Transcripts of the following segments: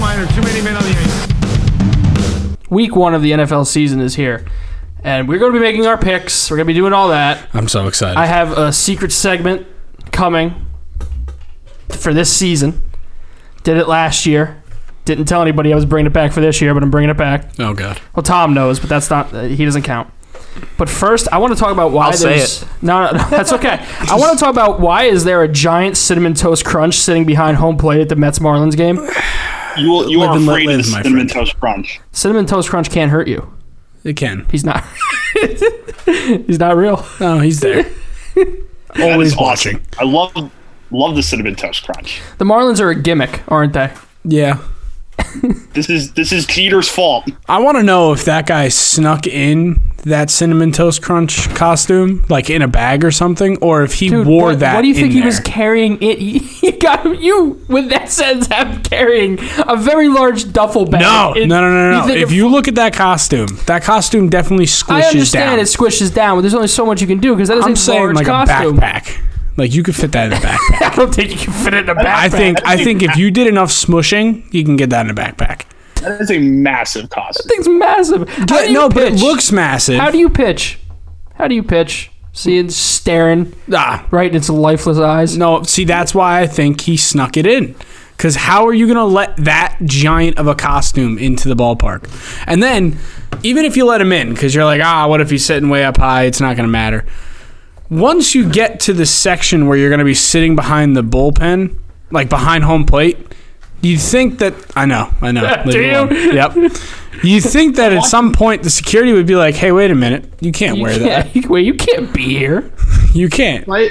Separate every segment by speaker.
Speaker 1: liner. Too many men on the ice.
Speaker 2: Week one of the NFL season is here, and we're going to be making our picks. We're going to be doing all that.
Speaker 3: I'm so excited.
Speaker 2: I have a secret segment coming for this season. Did it last year. Didn't tell anybody I was bringing it back for this year, but I'm bringing it back.
Speaker 3: oh God.
Speaker 2: Well, Tom knows, but that's not. Uh, he doesn't count. But first, I want to talk about why
Speaker 4: I'll
Speaker 2: there's.
Speaker 4: say
Speaker 2: No, no, no, that's okay. I want to talk about why is there a giant cinnamon toast crunch sitting behind home plate at the Mets Marlins game?
Speaker 5: You will, you
Speaker 3: Live
Speaker 5: are
Speaker 3: and let
Speaker 5: afraid
Speaker 3: live,
Speaker 5: of
Speaker 3: my
Speaker 5: cinnamon
Speaker 3: friend.
Speaker 5: toast crunch.
Speaker 2: Cinnamon toast crunch can't hurt you.
Speaker 3: It can.
Speaker 2: He's not. He's not real.
Speaker 3: Oh, he's there.
Speaker 5: That is
Speaker 3: Always
Speaker 5: awesome.
Speaker 3: watching.
Speaker 5: I love love the cinnamon toast crunch.
Speaker 2: The Marlins are a gimmick, aren't they?
Speaker 3: Yeah.
Speaker 5: This is this is Jeter's fault.
Speaker 3: I want to know if that guy snuck in that cinnamon toast crunch costume, like in a bag or something, or if he
Speaker 2: Dude,
Speaker 3: wore
Speaker 2: what,
Speaker 3: that.
Speaker 2: What do you
Speaker 3: in
Speaker 2: think he
Speaker 3: there.
Speaker 2: was carrying? It. He, he got you with that sense. I'm carrying a very large duffel bag.
Speaker 3: No,
Speaker 2: It-
Speaker 3: no, no, no, no.
Speaker 2: think
Speaker 3: if you look at that costume, that costume definitely squishes
Speaker 2: I understand
Speaker 3: down.
Speaker 2: it squishes down, but there's only so much you can do because that is
Speaker 3: I'm
Speaker 2: a
Speaker 3: saying
Speaker 2: large
Speaker 3: like
Speaker 2: costume.
Speaker 3: a backpack. Like you could fit that in a backpack.
Speaker 2: I don't think you can fit it in a backpack.
Speaker 3: I think I think if you did enough smushing, you can get that in a backpack.
Speaker 5: That is a massive costume.
Speaker 2: thing's massive. How do you
Speaker 3: no, but it
Speaker 2: pitch?
Speaker 3: looks massive.
Speaker 2: How do you pitch? How do you pitch? Seeing staring
Speaker 3: ah,
Speaker 2: right in its lifeless eyes.
Speaker 3: no, see that's why I think he snuck it in. Cause how are you gonna let that giant of a costume into the ballpark? And then even if you let him in, because you're like, ah, what if he's sitting way up high? It's not gonna matter. Once you get to the section where you're gonna be sitting behind the bullpen, like behind home plate, you think that I know, I know. leave
Speaker 2: Do
Speaker 3: it
Speaker 2: you?
Speaker 3: alone. Yep. You think that at some point the security would be like, "Hey, wait a minute, you can't
Speaker 2: You
Speaker 3: wear that.
Speaker 2: can't, wait, you can't be here.
Speaker 3: You can't."
Speaker 5: Right?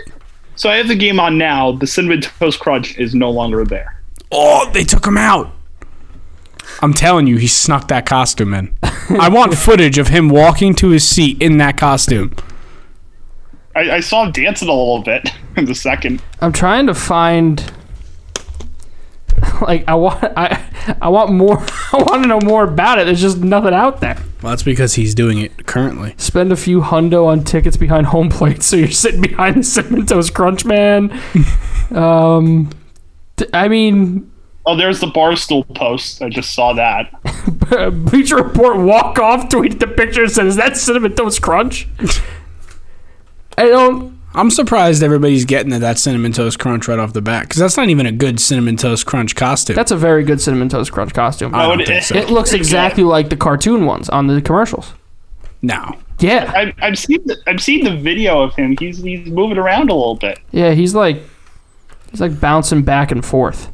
Speaker 5: So I have the game on now. The cinnamon toast crunch is no longer there.
Speaker 3: Oh, they took him out. I'm telling you, he snuck that costume in. I want footage of him walking to his seat in that costume.
Speaker 5: I, I saw him dancing a little bit in the second.
Speaker 2: I'm trying to find. Like I want, I, I want more. I want to know more about it. There's just nothing out there.
Speaker 3: Well, that's because he's doing it currently.
Speaker 2: Spend a few hundo on tickets behind home plate, so you're sitting behind the cinnamon toast crunch man. um, t- I mean,
Speaker 5: Oh, there's the barstool post. I just saw that.
Speaker 2: Bleacher Report walk off tweeted the picture and said, "Is that cinnamon toast crunch?" I don't.
Speaker 3: I'm surprised everybody's getting to that cinnamon toast crunch right off the bat because that's not even a good cinnamon toast crunch costume.
Speaker 2: That's a very good cinnamon toast crunch costume.
Speaker 3: I
Speaker 5: Oh,
Speaker 3: don't
Speaker 5: it-
Speaker 3: think so.
Speaker 2: it looks exactly like the cartoon ones on the commercials.
Speaker 3: no,
Speaker 2: Yeah,
Speaker 5: I, I've seen the, I've seen the video of him. He's he's moving around a little bit.
Speaker 2: yeah. He's like, he's like bouncing back and forth.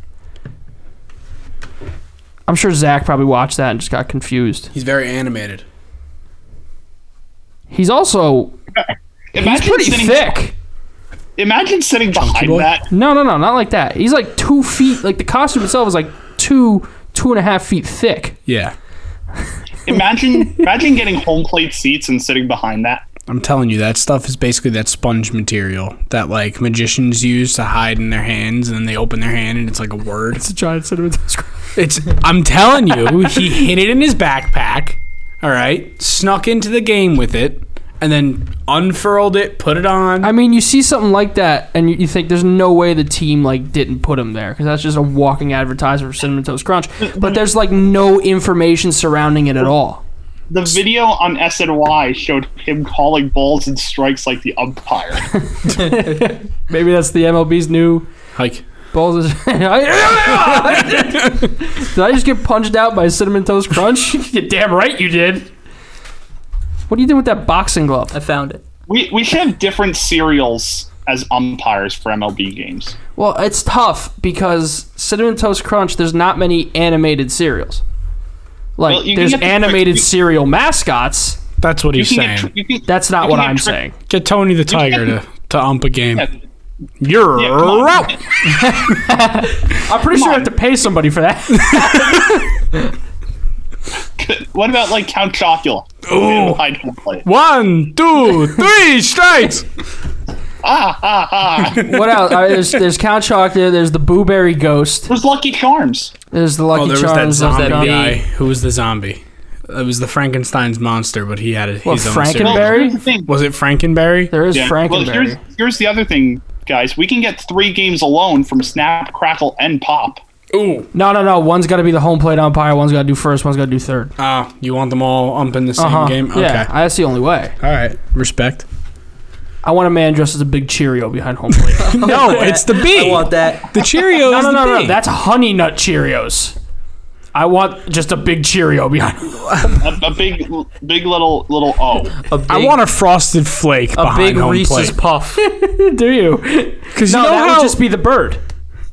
Speaker 2: I'm sure Zach probably watched that and just got confused.
Speaker 3: he's very animated.
Speaker 2: He's also he's
Speaker 5: Imagine
Speaker 2: pretty
Speaker 5: sitting
Speaker 2: thick.
Speaker 5: imagine sitting behind
Speaker 3: boy.
Speaker 5: that.
Speaker 2: No, no, no, not like that. He's like two feet. Like the costume itself is like two, two and a half feet thick.
Speaker 3: Yeah,
Speaker 5: Imagine imagine getting home plate seats and sitting behind that.
Speaker 3: I'm telling you, that stuff is basically that sponge material that like magicians use to hide in their hands, and then they open their hand and it's like a word.
Speaker 2: It's a giant cinnamon toast crunch.
Speaker 3: It's I'm telling you, he hid it in his backpack, all right, snuck into the game with it, and then unfurled it, put it on.
Speaker 2: I mean, you see something like that, and you, you think there's no way the team like didn't put him there because that's just a walking advertisement for cinnamon toast crunch. But there's like no information surrounding it at all.
Speaker 5: The video on SNY showed him calling balls and strikes like the umpire.
Speaker 2: Maybe that's the MLB's new
Speaker 3: like
Speaker 2: balls. Is- Did I just get punched out by cinnamon toast crunch? You're damn right you did. What are you doing with that boxing glove?
Speaker 4: I found it.
Speaker 5: We we should have different serials as umpires for MLB games.
Speaker 2: Well, it's tough because cinnamon toast crunch. There's not many animated cereals. Like
Speaker 5: Well, you can
Speaker 2: there's
Speaker 5: get the-
Speaker 2: animated
Speaker 5: you-
Speaker 2: cereal mascots.
Speaker 3: that's what he's
Speaker 5: You
Speaker 3: saying.
Speaker 5: can get
Speaker 3: Get,
Speaker 5: tr- you can-
Speaker 2: That's not
Speaker 5: you
Speaker 2: what
Speaker 5: can get
Speaker 2: I'm
Speaker 5: tri-
Speaker 2: saying.
Speaker 3: Tony the Tiger
Speaker 5: get-
Speaker 3: to to ump a game.
Speaker 5: Yeah.
Speaker 3: You're
Speaker 5: Yeah, come on.
Speaker 3: out.
Speaker 2: I'm pretty sure I
Speaker 5: on.
Speaker 2: have to pay somebody for that.
Speaker 5: What about like Count Chocula?
Speaker 2: Oh.
Speaker 3: Ooh.
Speaker 5: Hide home plate.
Speaker 3: One, two, three strikes.
Speaker 2: what else? All right, there's there's Count Chocula. There's the Boo Berry Ghost.
Speaker 5: There's Lucky Charms.
Speaker 2: There's the Lucky
Speaker 3: Oh, there was that
Speaker 2: Charms. there's
Speaker 3: zombie
Speaker 2: the Gumby.
Speaker 3: guy. Who was the zombie? It was the Frankenstein's monster, but he had a,
Speaker 2: What,
Speaker 3: his own cereal.
Speaker 2: Frankenberry?
Speaker 5: Well, Oh, here's the thing.
Speaker 3: Was it Frankenberry?
Speaker 2: There is
Speaker 5: Yeah. Well,
Speaker 2: Frankenberry.
Speaker 5: here's here's the other thing, guys. We can get three games alone from Snap, Crackle, and Pop.
Speaker 3: Ooh.
Speaker 2: No, no, no. One's got to be the home plate umpire. One's got to do first. One's got to do third.
Speaker 3: Ah, you want them all up in the same
Speaker 2: Uh-huh.
Speaker 3: game? Okay.
Speaker 2: Yeah, that's the only way.
Speaker 3: All right. Respect.
Speaker 2: I want a man dressed as a big Cheerio behind home plate.
Speaker 3: No, it's the
Speaker 1: I
Speaker 3: bee.
Speaker 1: want that.
Speaker 3: The Cheerios.
Speaker 2: no,
Speaker 3: is the
Speaker 2: no, no, no.
Speaker 3: bee.
Speaker 2: That's Honey Nut Cheerios. I want just a big Cheerio behind.
Speaker 5: A, a big, big little little O.
Speaker 1: A big,
Speaker 3: I want a frosted flake.
Speaker 1: a
Speaker 3: behind
Speaker 1: big
Speaker 3: home
Speaker 1: Reese's
Speaker 3: plate.
Speaker 1: puff.
Speaker 2: do you?
Speaker 3: Because
Speaker 2: No,
Speaker 3: you know
Speaker 2: that
Speaker 3: how
Speaker 2: would just be the bird.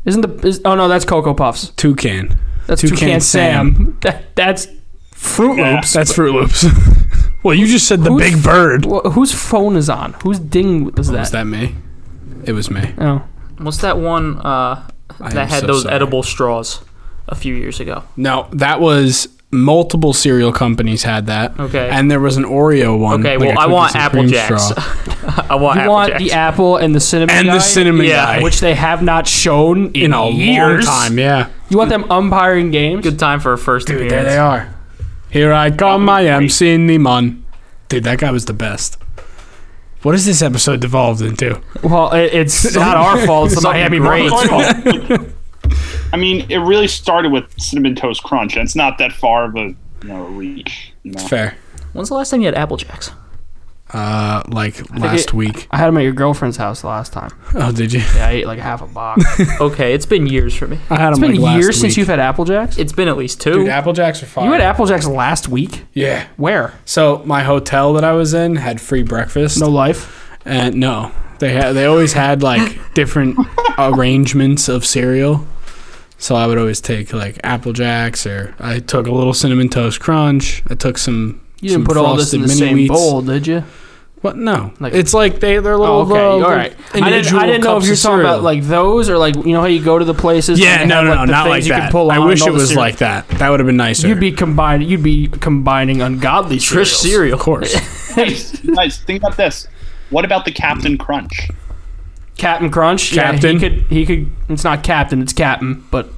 Speaker 2: Isn't the? Is, oh no, that's Cocoa Puffs.
Speaker 3: toucan.
Speaker 2: That's
Speaker 3: Toucan
Speaker 2: Toucan, Sam. That, that's
Speaker 3: Fruit
Speaker 5: Yeah.
Speaker 3: Loops. That's Fruit Loops. well, you just said the
Speaker 2: Who's-
Speaker 3: big bird.
Speaker 2: wh- whose phone is on? Whose ding is that?
Speaker 3: Was that me? It was me.
Speaker 2: Oh,
Speaker 1: What's that one uh,
Speaker 3: I am
Speaker 1: that had
Speaker 3: so
Speaker 1: those
Speaker 3: sorry.
Speaker 1: edible straws a few years ago?
Speaker 3: No, that was multiple cereal companies had that.
Speaker 1: Okay.
Speaker 3: And there was an Oreo one.
Speaker 1: Okay,
Speaker 3: like
Speaker 1: well,
Speaker 3: a
Speaker 1: I want
Speaker 3: cookies and
Speaker 1: Apple
Speaker 3: cream
Speaker 1: Jacks.
Speaker 3: straw.
Speaker 1: I want
Speaker 2: you
Speaker 1: Apple
Speaker 2: want
Speaker 1: Jacks.
Speaker 2: the apple and the cinnamon
Speaker 3: and
Speaker 2: guy?
Speaker 3: the cinnamon
Speaker 1: Yeah,
Speaker 3: guy.
Speaker 2: which they have not shown in,
Speaker 3: in a
Speaker 2: years.
Speaker 3: long time, yeah.
Speaker 2: You want them umpiring games?
Speaker 1: Good time for a first
Speaker 3: Dude, there
Speaker 1: appearance.
Speaker 3: they are. Here I come, I am Cindy Mon. Dude, that guy was the best. What is this episode devolved into?
Speaker 2: Well, it, it's not our fault. It's the
Speaker 1: Something
Speaker 2: Miami
Speaker 1: great.
Speaker 2: Braves.
Speaker 5: I mean, it really started with cinnamon toast crunch, and it's not that far of a you know, reach. You know?
Speaker 3: Fair.
Speaker 1: When's the last time you had Apple Jacks?
Speaker 3: Uh, like last
Speaker 2: it-
Speaker 3: week.
Speaker 2: I had them at your girlfriend's house the last time.
Speaker 3: Oh, did you?
Speaker 2: Yeah, I ate like half a box.
Speaker 1: Okay, it's been years for me.
Speaker 3: I had
Speaker 2: It's
Speaker 3: him like
Speaker 2: been
Speaker 3: last
Speaker 2: years since
Speaker 3: week.
Speaker 2: you've had Apple Jacks.
Speaker 1: It's been at least two.
Speaker 3: Dude, Apple Jacks are fire.
Speaker 2: You had Apple Jacks last week.
Speaker 3: Yeah.
Speaker 2: Where?
Speaker 3: So my hotel that I was in had free breakfast.
Speaker 2: No life.
Speaker 3: And no, they had they always had like different arrangements of cereal. So I would always take like Apple Jacks, or I took a little cinnamon toast crunch. I took some.
Speaker 2: You
Speaker 3: some
Speaker 2: didn't put all this in the
Speaker 3: Frosted
Speaker 2: same
Speaker 3: Mini Wheats.
Speaker 2: bowl, did you?
Speaker 3: What? No,
Speaker 2: Like-
Speaker 3: it's like they they're little.
Speaker 2: Oh, okay,
Speaker 3: uh,
Speaker 2: all right. I didn't,
Speaker 3: individual
Speaker 2: I didn't know if
Speaker 3: cups
Speaker 2: you were
Speaker 3: of
Speaker 2: talking
Speaker 3: cereal.
Speaker 2: about like those or like you know how you go to the places.
Speaker 3: Yeah,
Speaker 2: and they
Speaker 3: no,
Speaker 2: have,
Speaker 3: no,
Speaker 2: like,
Speaker 3: no,
Speaker 2: the
Speaker 3: not
Speaker 2: things
Speaker 3: like
Speaker 2: you can
Speaker 3: that.
Speaker 2: pull
Speaker 3: I
Speaker 2: on and
Speaker 3: wish
Speaker 2: all
Speaker 3: it
Speaker 2: the
Speaker 3: was
Speaker 2: cereal.
Speaker 3: like that. That would have been nicer.
Speaker 2: You'd be combining. You'd be combining ungodly
Speaker 1: Trish
Speaker 2: cereals.
Speaker 1: cereal.
Speaker 3: of course.
Speaker 5: Nice, nice. Think about this. What about the Captain Crunch?
Speaker 2: Captain Crunch. Yeah,
Speaker 3: Captain.
Speaker 2: he could. He could. It's not Captain. It's Captain. But you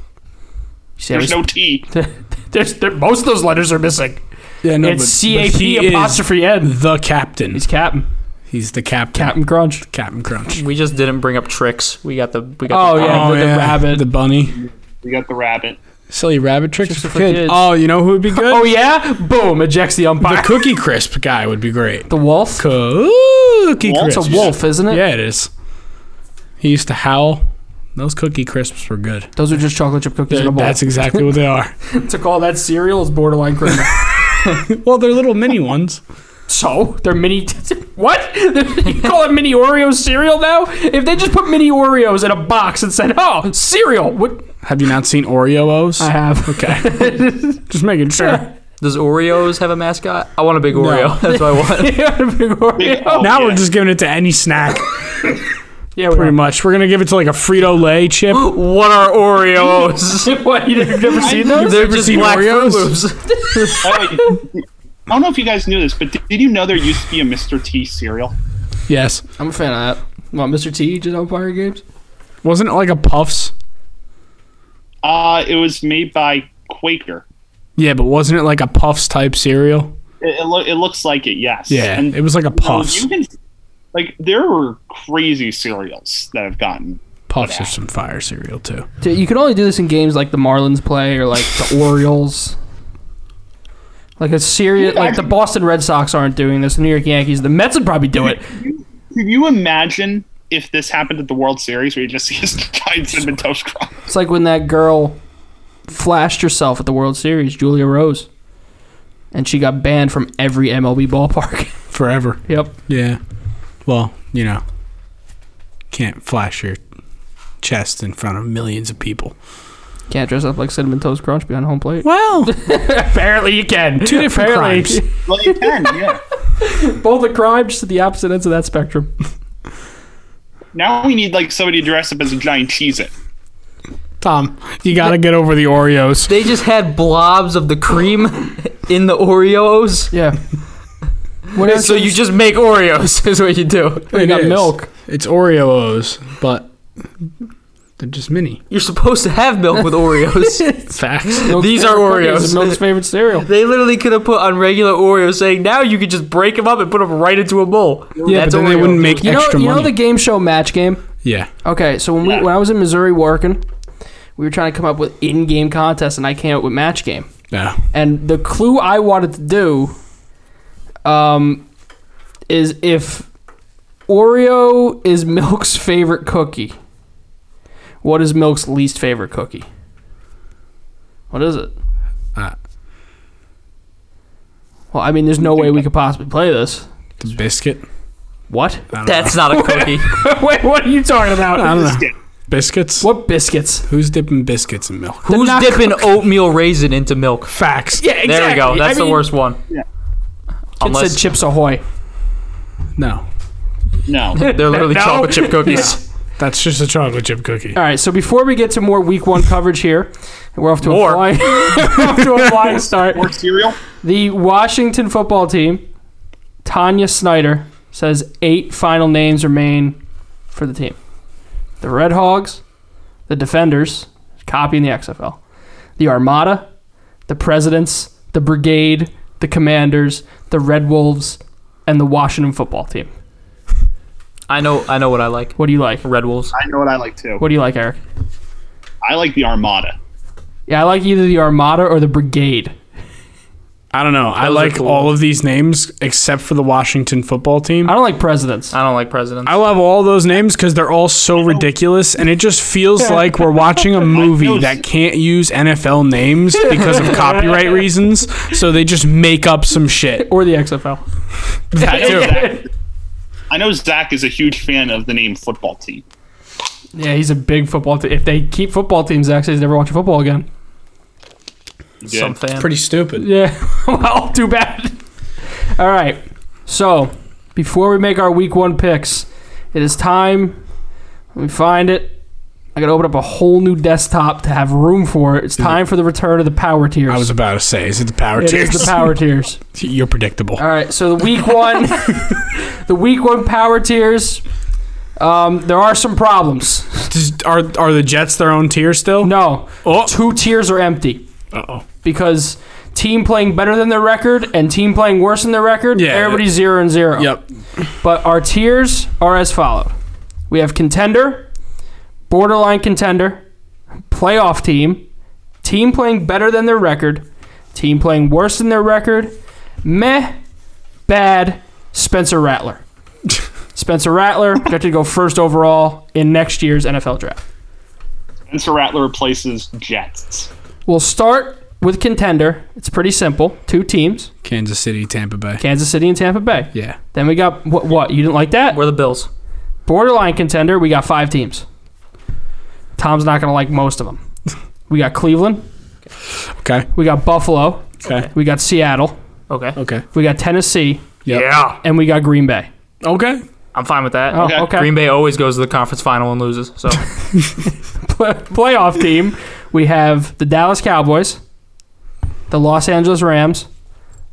Speaker 2: see how
Speaker 5: There's
Speaker 2: he's-
Speaker 5: no T.
Speaker 2: there's there, most of those letters are missing.
Speaker 3: yeah, no,
Speaker 2: it's
Speaker 3: but-
Speaker 2: C
Speaker 3: but
Speaker 2: A P
Speaker 3: he is
Speaker 2: apostrophe N.
Speaker 3: The captain.
Speaker 2: He's Captain.
Speaker 3: He's the captain.
Speaker 2: Captain Crunch.
Speaker 3: Captain Crunch.
Speaker 1: We just didn't bring up tricks. We got the we got
Speaker 2: Oh
Speaker 1: the
Speaker 2: yeah, the, the rabbit.
Speaker 3: the bunny.
Speaker 5: We got the rabbit.
Speaker 3: Silly rabbit tricks
Speaker 2: Tricks
Speaker 3: for
Speaker 2: for
Speaker 3: kids.
Speaker 2: kids.
Speaker 3: Oh, you know who would be good?
Speaker 2: Oh yeah, boom! Ejects the umpire.
Speaker 3: The Cookie Crisp guy would be great.
Speaker 2: The wolf.
Speaker 3: Cookie
Speaker 5: Wolf's
Speaker 2: It's
Speaker 3: Crisp.
Speaker 2: a wolf, isn't it?
Speaker 3: Yeah, it is. He used to howl. Those Cookie Crisps were good.
Speaker 2: Those are just chocolate chip cookies in a bowl.
Speaker 3: That's exactly what they are.
Speaker 2: to call that cereal is borderline criminal.
Speaker 3: Well, they're little mini ones.
Speaker 2: so they're mini. what? you call it mini Oreo cereal now? If they just put mini Oreos in a box and said, "Oh, cereal," what?
Speaker 3: Have you not seen Oreos?
Speaker 2: I have. Okay.
Speaker 3: Just making sure.
Speaker 1: Does Oreos have a mascot? I want a big Oreo. That's what I want.
Speaker 2: Big Oreo.
Speaker 5: Oh,
Speaker 3: now we're
Speaker 5: yeah.
Speaker 3: just giving it to any snack,
Speaker 2: Yeah,
Speaker 3: pretty
Speaker 2: we
Speaker 3: much. We're gonna give it to like a Frito Lay chip.
Speaker 1: what are Oreos?
Speaker 2: are. what? You've never seen
Speaker 5: You've
Speaker 2: those?
Speaker 1: They're
Speaker 3: ever
Speaker 1: just
Speaker 3: seen
Speaker 1: black Fruit
Speaker 3: Oreos?
Speaker 1: Loops.
Speaker 5: By the way, I don't know if you guys knew this, but did, did you know there used to be a Mr. T cereal?
Speaker 3: Yes.
Speaker 2: I'm a fan of that. What, Mr. T did umpire games?
Speaker 3: Wasn't it like a Puffs?
Speaker 5: Uh, it was made by Quaker.
Speaker 3: Yeah, but wasn't it like a Puffs type cereal?
Speaker 5: It, it, lo- it looks like it, yes.
Speaker 3: Yeah,
Speaker 5: And
Speaker 3: it was like a
Speaker 5: so
Speaker 3: Puffs.
Speaker 5: you can, like there were crazy cereals that have gotten.
Speaker 3: Puffs are some fire cereal too.
Speaker 2: You can only do this in games like the Marlins play or like the Orioles. Like a serious, like the Boston Red Sox aren't doing this. The New York Yankees, the Mets would probably do it.
Speaker 5: Can you imagine if this happened at the World Series, where you just see his giant cinnamon toast crunch?
Speaker 2: It's like when that girl flashed herself at the World Series, Julia Rose, and she got banned from every MLB ballpark.
Speaker 3: Forever.
Speaker 2: yep.
Speaker 3: Yeah. Well, you know, can't flash your chest in front of millions of people.
Speaker 2: Can't dress up like Cinnamon Toast Crunch behind home plate.
Speaker 3: Well,
Speaker 2: Apparently you can.
Speaker 3: two different
Speaker 2: Apparently.
Speaker 3: crimes.
Speaker 5: Well, you can, yeah.
Speaker 2: Both a crime, just at the opposite ends of that spectrum.
Speaker 5: Now we need like somebody dressed up as a giant cheese it.
Speaker 3: Tom, you got to get over the Oreos.
Speaker 1: they just had blobs of the cream in the Oreos.
Speaker 2: Yeah. What else
Speaker 1: So you just make Oreos is what you do.
Speaker 2: we got
Speaker 3: It is.
Speaker 2: milk?
Speaker 3: It's Oreos, but they're just mini.
Speaker 1: You're supposed to have milk with Oreos.
Speaker 3: Facts.
Speaker 2: Milk's
Speaker 1: These are
Speaker 2: favorite cookies
Speaker 1: Oreos.
Speaker 2: and Milk's favorite cereal.
Speaker 1: they literally could have put on regular Oreos saying now you could just break them up and put them right into a bowl.
Speaker 3: Yeah, but then they wouldn't make
Speaker 2: You know,
Speaker 3: extra
Speaker 2: you know
Speaker 3: money.
Speaker 2: the game show match game.
Speaker 3: yeah.
Speaker 2: Okay, so when
Speaker 5: Yeah.
Speaker 2: we when I was in Missouri working, we were trying to come up with in-game contests, and I came up with match game.
Speaker 3: Yeah.
Speaker 2: And the clue I wanted to do um, is if Oreo is Milk's favorite cookie, what is Milk's least favorite cookie? What is it?
Speaker 3: Uh.
Speaker 2: well, I mean, there's no way we could possibly play this.
Speaker 3: The biscuit.
Speaker 2: What?
Speaker 3: I don't
Speaker 1: That's not a cookie.
Speaker 2: Wait, what are you talking about?
Speaker 3: know. I don't know.
Speaker 5: Biscuit.
Speaker 3: Biscuits.
Speaker 2: What biscuits?
Speaker 3: Who's dipping biscuits in milk?
Speaker 1: Who's
Speaker 2: not
Speaker 1: dipping oatmeal raisin into milk?
Speaker 3: Facts.
Speaker 2: Yeah, exactly.
Speaker 1: There we go. That's
Speaker 2: I mean,
Speaker 1: the worst one.
Speaker 5: Yeah.
Speaker 2: It
Speaker 1: Unless
Speaker 2: said Chips Ahoy.
Speaker 3: No,
Speaker 5: No.
Speaker 1: they're literally
Speaker 2: No.
Speaker 1: chocolate chip cookies.
Speaker 3: that's just a chocolate chip cookie.
Speaker 2: All right, so before we get to more Week One coverage here, we're off to
Speaker 1: More.
Speaker 2: a flying, we're off to a flying start.
Speaker 5: Or cereal.
Speaker 2: The Washington football team, Tanya Snyder says eight final names remain for the team: the Red Hogs, the Defenders, copying the XFL, the Armada, the Presidents, the Brigade, the Commanders, the Red Wolves, and the Washington football team.
Speaker 1: I know. I know what I like.
Speaker 2: What do you like?
Speaker 1: Red Wolves.
Speaker 5: I know what I like too.
Speaker 2: What do you like, Eric?
Speaker 5: I like the Armada.
Speaker 2: Yeah, I like either the Armada or the Brigade.
Speaker 3: I don't know. I
Speaker 1: Those are
Speaker 3: like
Speaker 1: cool.
Speaker 3: all of these names except for the Washington football team.
Speaker 2: I don't like presidents.
Speaker 1: I don't like presidents.
Speaker 3: I love all those names because they're all so ridiculous, and it just feels like we're watching a movie that can't use NFL names because of copyright reasons. So they just make up some shit.
Speaker 2: Or the XFL.
Speaker 3: That too.
Speaker 5: I know Zach is a huge fan of the name football team.
Speaker 2: Yeah, he's a big football team. If they keep football teams, actually, he's never watching football again.
Speaker 5: Yeah.
Speaker 1: Some fan.
Speaker 3: Pretty stupid.
Speaker 2: Yeah, well, too bad. All right. So, before we make our week one picks, it is time. Let me find it. I gotta open up a whole new desktop to have room for it. It's time for the return of the power tiers.
Speaker 3: I was about to say, is it the power Uh,
Speaker 2: it is
Speaker 3: tiers?
Speaker 2: the power tiers.
Speaker 3: You're predictable.
Speaker 2: All right, so the week one, the week one power tiers. Um, there are some problems.
Speaker 3: Does- Are are the Jets their own tier still?
Speaker 2: No,
Speaker 3: Oh.
Speaker 2: two tiers are empty
Speaker 3: Uh-oh.
Speaker 2: because team playing better than their record and team playing worse than their record.
Speaker 3: Yeah.
Speaker 2: everybody's zero and zero.
Speaker 3: Yep.
Speaker 2: But our tiers are as followed: we have contender, borderline contender, playoff team, team playing better than their record, team playing worse than their record, meh, bad, Spencer Rattler. Spencer Rattler got to go first overall in next year's NFL draft.
Speaker 5: Spencer Rattler replaces Jets.
Speaker 2: We'll start with contender. It's pretty simple. Two teams,
Speaker 3: Kansas City, Tampa Bay.
Speaker 2: Kansas City and Tampa Bay.
Speaker 3: Yeah.
Speaker 2: Then we got what what? You didn't like that?
Speaker 1: We're the Bills.
Speaker 2: Borderline contender, we got 5 teams. Tom's not going to like most of them. We got Cleveland,
Speaker 3: Okay.
Speaker 2: we got Buffalo,
Speaker 3: Okay.
Speaker 2: we got Seattle,
Speaker 1: Okay.
Speaker 3: Okay.
Speaker 2: we got Tennessee,
Speaker 3: Yep.
Speaker 1: Yeah.
Speaker 2: and we got Green Bay.
Speaker 3: Okay.
Speaker 1: I'm fine with that.
Speaker 2: Oh,
Speaker 5: Okay.
Speaker 2: okay.
Speaker 1: Green Bay always goes to the conference final and loses. So
Speaker 2: Pla- playoff team, we have the Dallas Cowboys, the Los Angeles Rams,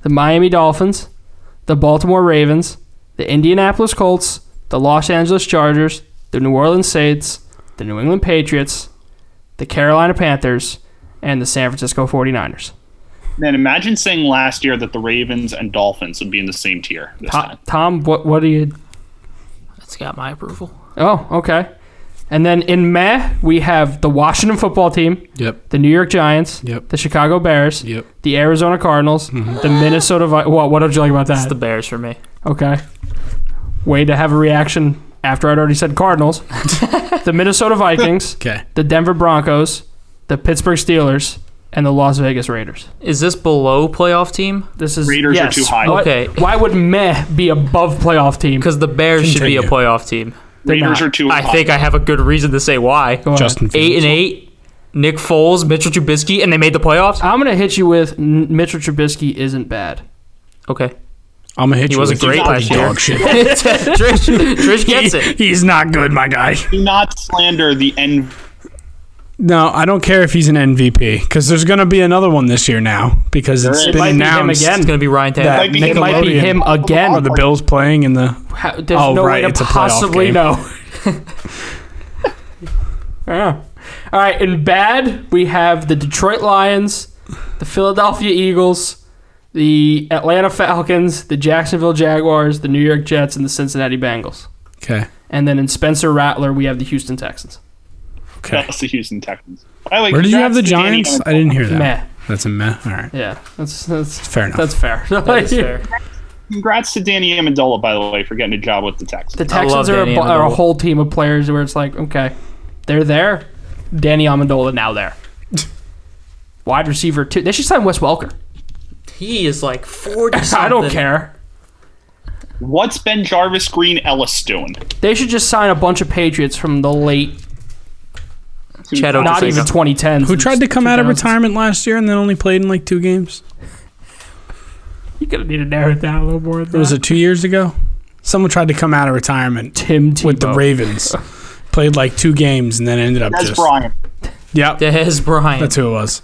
Speaker 2: the Miami Dolphins, the Baltimore Ravens, the Indianapolis Colts, the Los Angeles Chargers, the New Orleans Saints, the New England Patriots, the Carolina Panthers, and the San Francisco 49ers.
Speaker 5: Man, imagine saying last year that the Ravens and Dolphins would be in the same tier this
Speaker 2: To-
Speaker 5: time.
Speaker 2: Tom, what what do you?
Speaker 1: that's got my approval.
Speaker 2: Oh, okay. And then in May we have the Washington Football Team,
Speaker 3: Yep.
Speaker 2: the New York Giants,
Speaker 3: Yep.
Speaker 2: the Chicago Bears,
Speaker 3: Yep.
Speaker 2: the Arizona Cardinals,
Speaker 5: Mm-hmm.
Speaker 2: the Minnesota. Vi- what? What did you like about
Speaker 1: It's
Speaker 2: that?
Speaker 1: the Bears for me.
Speaker 2: okay. Way to have a reaction after I'd already said Cardinals. the Minnesota Vikings,
Speaker 3: Okay.
Speaker 2: the Denver Broncos, the Pittsburgh Steelers, and the Las Vegas Raiders.
Speaker 1: Is this below playoff team?
Speaker 2: This is
Speaker 5: Raiders are
Speaker 2: yes.
Speaker 5: too high.
Speaker 2: Why-
Speaker 1: Okay.
Speaker 2: Why would meh be above playoff team?
Speaker 1: Because the Bears should be a
Speaker 3: Continue.
Speaker 1: playoff team.
Speaker 2: They're
Speaker 5: Raiders
Speaker 2: not.
Speaker 5: are too
Speaker 1: I
Speaker 5: high.
Speaker 1: think I have a good reason to say why.
Speaker 2: Go ahead.
Speaker 3: Justin
Speaker 1: Eight
Speaker 3: Fields.
Speaker 1: and eight. Nick Foles, Mitchell Trubisky, and they made the playoffs.
Speaker 2: I'm gonna hit you with N- Mitchell Trubisky isn't bad.
Speaker 1: Okay,
Speaker 3: I'm gonna hit
Speaker 1: he
Speaker 3: you.
Speaker 1: wasn't
Speaker 3: with
Speaker 1: great
Speaker 3: some
Speaker 1: last year.
Speaker 3: Dog shit.
Speaker 1: Trish, Trish gets it.
Speaker 3: He's not good, my guy.
Speaker 5: Do not slander the N.
Speaker 3: No, I don't care if he's an MVP because there's going to be another one this year now because it's
Speaker 5: There is.
Speaker 3: been
Speaker 5: Might be
Speaker 2: him
Speaker 3: announced
Speaker 2: again.
Speaker 1: It's gonna be Ryan Tannehill.
Speaker 3: that
Speaker 5: Might be
Speaker 3: Nickelodeon
Speaker 5: him.
Speaker 2: It might be him
Speaker 3: are
Speaker 2: again.
Speaker 3: the Bills playing in the.
Speaker 2: How, Oh, there's
Speaker 3: Oh,
Speaker 2: no
Speaker 3: right,
Speaker 2: way
Speaker 3: it's
Speaker 2: to
Speaker 3: a playoff
Speaker 2: possibly
Speaker 3: game.
Speaker 2: know. Yeah. All right, in bad, we have the Detroit Lions, the Philadelphia Eagles, the Atlanta Falcons, the Jacksonville Jaguars, the New York Jets, and the Cincinnati Bengals.
Speaker 3: Okay,
Speaker 2: And then in Spencer Rattler, we have the Houston Texans.
Speaker 3: Okay.
Speaker 5: That's the Houston Texans. By the way,
Speaker 3: Where did you have
Speaker 5: congrats
Speaker 3: the
Speaker 5: to Danny
Speaker 3: Giants? I
Speaker 5: Amendola.
Speaker 3: didn't hear that.
Speaker 2: Meh.
Speaker 3: That's a meh. All right.
Speaker 2: Yeah, that's that's
Speaker 3: Fair enough.
Speaker 2: that's fair.
Speaker 1: is fair.
Speaker 5: Congrats to Danny Amendola, by the way, for getting a job with the Texans.
Speaker 2: The
Speaker 1: I love
Speaker 2: Texans are a,
Speaker 1: Danny
Speaker 2: bu- are a
Speaker 1: Amendola.
Speaker 2: whole team of players where it's like, okay, they're there. Danny Amendola now there. Wide receiver too. They should sign Wes Welker.
Speaker 1: He is like 40
Speaker 2: I don't
Speaker 1: something.
Speaker 2: care.
Speaker 5: What's Ben Jarvis Green Ellis doing?
Speaker 2: They should just sign a bunch of Patriots from the late,
Speaker 1: Chad
Speaker 2: not
Speaker 1: Ochocinco.
Speaker 2: even 2010s.
Speaker 3: Who tried to come out of retirement last year and then only played in like two games?
Speaker 2: You could have needed to narrow it down a little more. Than
Speaker 3: Was
Speaker 2: that.
Speaker 3: it two years ago? Someone tried to come out of retirement
Speaker 2: Tim Tebow.
Speaker 3: with the Ravens, played like two games, and then ended up
Speaker 5: Des
Speaker 3: just.
Speaker 5: Bryant,
Speaker 3: Yep,
Speaker 1: Des Bryant.
Speaker 3: that's who it was.